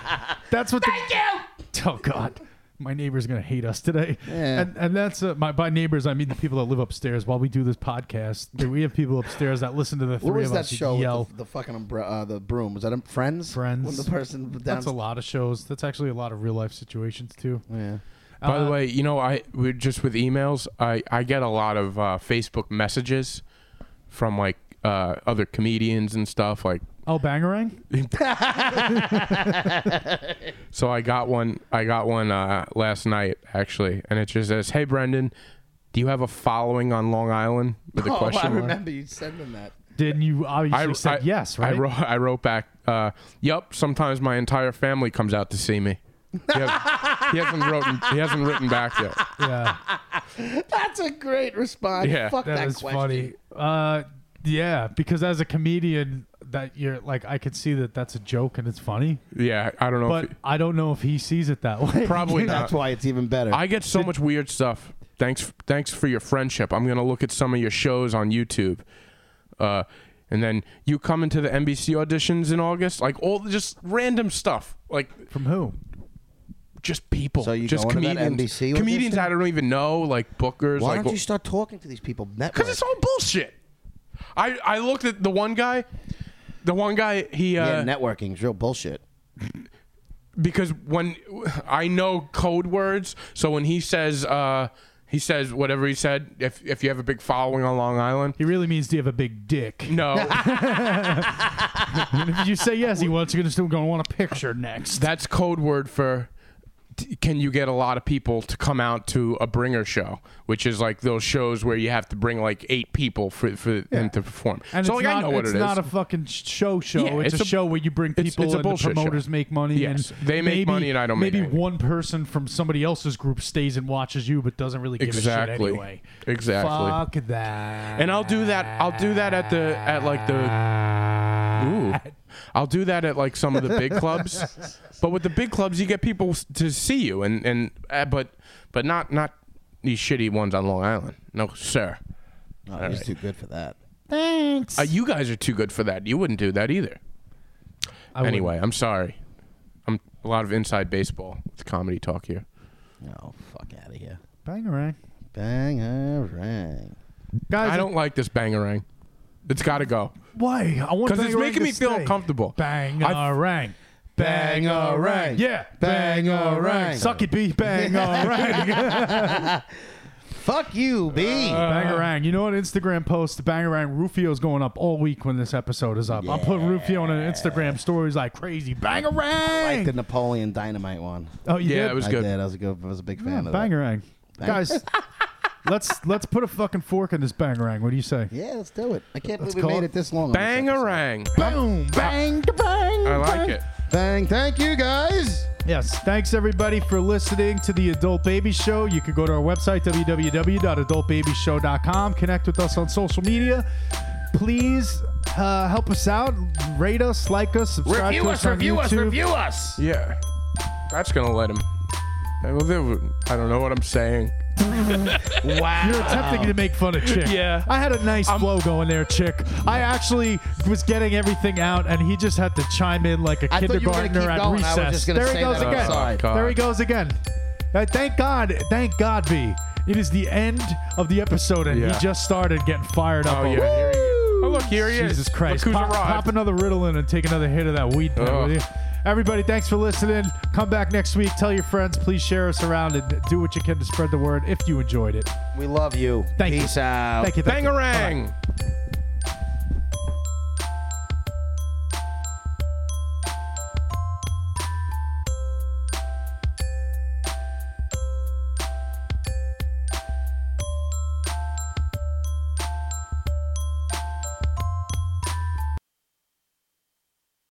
Speaker 4: That's what. Thank you. Oh God, my neighbor's gonna hate us today.
Speaker 2: Yeah.
Speaker 4: And and that's uh, my by neighbors I mean the people that live upstairs. While we do this podcast, that we have people upstairs that listen to the three
Speaker 2: What was
Speaker 4: of
Speaker 2: that
Speaker 4: us
Speaker 2: show?
Speaker 4: yell.
Speaker 2: With the, the fucking umbre- uh, the broom. Was that um, Friends?
Speaker 4: Friends.
Speaker 2: When the person down.
Speaker 4: that's a lot of shows. That's actually a lot of real life situations too.
Speaker 2: Yeah.
Speaker 1: By
Speaker 4: Uh,
Speaker 1: the way, you know, I we just with emails, I I get a lot of uh, Facebook messages from like uh, other comedians and stuff. Like,
Speaker 4: Oh, Bangarang.
Speaker 1: so I got one. I got one uh, last night actually, and it just says, "Hey Brendan, do you have a following on Long Island?" With a
Speaker 2: Oh,
Speaker 1: question
Speaker 2: I
Speaker 1: mark.
Speaker 2: remember you sending that.
Speaker 4: Didn't you obviously
Speaker 1: I-
Speaker 4: said
Speaker 1: I-
Speaker 4: yes, right?
Speaker 1: I wrote, I wrote back, uh, "Yep." Sometimes my entire family comes out to see me. He, has, he hasn't written. He hasn't written back yet.
Speaker 4: yeah.
Speaker 2: That's a great response.
Speaker 1: Yeah.
Speaker 2: Fuck that,
Speaker 4: That is
Speaker 2: question.
Speaker 4: funny. Uh, yeah, because as a comedian, that you're like, I could see that that's a joke and it's funny,
Speaker 1: Yeah, I don't know.
Speaker 4: but
Speaker 1: if he-
Speaker 4: I don't know if he sees it that way.
Speaker 1: probably not.
Speaker 2: That's why it's even better.
Speaker 1: I get so much weird stuff. Thanks, thanks for your friendship. I'm gonna look at some of your shows on YouTube, uh, and then you come into the NBC auditions in August, like all just random stuff, like
Speaker 4: From who?
Speaker 1: just people,
Speaker 2: So you
Speaker 1: just
Speaker 2: going to that
Speaker 1: comedians,
Speaker 2: NBC
Speaker 1: comedians
Speaker 2: audition?
Speaker 1: I don't even know, like bookers,
Speaker 2: Why
Speaker 1: like
Speaker 2: don't you start talking to these people?
Speaker 1: because it's all bullshit. I I looked at the one guy, the one guy he uh,
Speaker 2: yeah, networking's real bullshit.
Speaker 1: because when I know code words, so when he says uh, he says whatever he said, if if you have a big following on Long Island.
Speaker 4: He really means do you have a big dick?
Speaker 1: No,
Speaker 4: And if you say yes, he wants you're gonna still gonna want a picture next.
Speaker 1: That's code word for t- can you get a lot of people to come out to a bringer show, which is like those shows where you have to bring like eight people for, for them to perform.
Speaker 4: And
Speaker 1: so
Speaker 4: it's
Speaker 1: like
Speaker 4: not,
Speaker 1: I know what
Speaker 4: it's
Speaker 1: it is.
Speaker 4: not a fucking sh- show show.
Speaker 1: Yeah,
Speaker 4: it's,
Speaker 1: it's
Speaker 4: a,
Speaker 1: a-
Speaker 4: show where you bring
Speaker 1: it's-
Speaker 4: people
Speaker 1: it's a
Speaker 4: and the
Speaker 1: bullshit show.
Speaker 4: promoters make money.
Speaker 1: Yes,
Speaker 4: and
Speaker 1: they make
Speaker 4: maybe-
Speaker 1: money and I don't make
Speaker 4: Maybe
Speaker 1: anything.
Speaker 4: one person from somebody else's group stays and watches you, but doesn't really give a shit
Speaker 1: Exactly.
Speaker 4: anyway.
Speaker 1: Exactly.
Speaker 4: Fuck that.
Speaker 1: and I'll do that. I'll do that at the at like the. Ooh. I'll do that at like some of the big clubs, but with the big clubs you get people s- to see you and and uh, but but not not these shitty ones on Long Island. No sir,
Speaker 2: Oh, he's too good for that.
Speaker 4: Thanks.
Speaker 1: uh, you guys are too good for that. You wouldn't do that either.
Speaker 4: I wouldn't.
Speaker 1: anyway, I'm sorry. I'm a lot of inside baseball with comedy talk here.
Speaker 2: No, fuck out of here.
Speaker 4: Bang right.
Speaker 2: Bang ring.
Speaker 4: Guys,
Speaker 1: I don't like this bangerang. It's got to go
Speaker 4: Why? I want
Speaker 1: because it's
Speaker 4: bangarang
Speaker 1: making
Speaker 4: to
Speaker 1: me feel
Speaker 4: stay.
Speaker 1: uncomfortable. I-
Speaker 4: Bangarang.
Speaker 2: Bangarang.
Speaker 4: Yeah.
Speaker 2: Bangarang.
Speaker 4: Suck it, B. Bangarang.
Speaker 2: Fuck you, B.
Speaker 4: Bangarang. You know what? Instagram post, Bangarang. Rufio's going up all week when this episode is up. I'll put Rufio on an Instagram stories like crazy.
Speaker 2: like the
Speaker 4: Bangarang.
Speaker 2: Napoleon Dynamite one.
Speaker 4: Oh, you
Speaker 1: Yeah,
Speaker 4: did?
Speaker 1: it was
Speaker 2: I
Speaker 1: good.
Speaker 2: did. I was a good. I was a big fan of that.
Speaker 4: Bangarang. Guys, let's let's put a fucking fork in this Bangarang. What do you say?
Speaker 2: Yeah, let's do it. I can't
Speaker 4: Let's
Speaker 2: believe we
Speaker 4: call
Speaker 2: made
Speaker 4: it
Speaker 2: it this long. on this episode.
Speaker 1: Bangarang.
Speaker 4: Boom. Bang. Bang.
Speaker 1: I like it.
Speaker 2: Bang! Thank you guys.
Speaker 4: Yes. Thanks everybody for listening to the Adult Baby Show. You can go to our website www.adultbabyshow.com. Connect with us on social media. Please uh, help us out. Rate us, like us, subscribe
Speaker 3: Review
Speaker 4: to
Speaker 3: us,
Speaker 4: on
Speaker 3: review us,
Speaker 4: YouTube.
Speaker 3: review us.
Speaker 1: Yeah, that's gonna let him. I will do- I don't know what I'm saying.
Speaker 4: You're attempting to make fun of Chick.
Speaker 1: Yeah.
Speaker 4: I had a nice flow going there, Chick. I actually was getting everything out, and he just had to chime in like a
Speaker 2: I thought you were gonna
Speaker 4: kindergartner
Speaker 2: keep
Speaker 4: at
Speaker 2: going. I was
Speaker 4: recess.
Speaker 2: just gonna
Speaker 4: there
Speaker 2: say
Speaker 4: he goes
Speaker 2: that. I'm
Speaker 4: again.
Speaker 2: sorry.
Speaker 1: God.
Speaker 4: There he goes again. Uh, thank God. Thank God, B. It is the end of the episode, and
Speaker 1: Yeah.
Speaker 4: he just started getting fired up.
Speaker 1: Oh yeah,
Speaker 4: over it.
Speaker 1: here he is. Oh look, here he is.
Speaker 4: Jesus Christ.
Speaker 1: Look who's
Speaker 4: Pop,
Speaker 1: arrived.
Speaker 4: pop another Ritalin and take another hit of that weed pen,
Speaker 1: Ugh.
Speaker 4: will you? Everybody, thanks for listening. Come back next week. Tell your friends. Please share us around and do what you can to spread the word if you enjoyed it.
Speaker 2: We love you.
Speaker 4: Thank you.
Speaker 2: Peace out.
Speaker 4: Thank you. Thank you.
Speaker 1: Bangarang.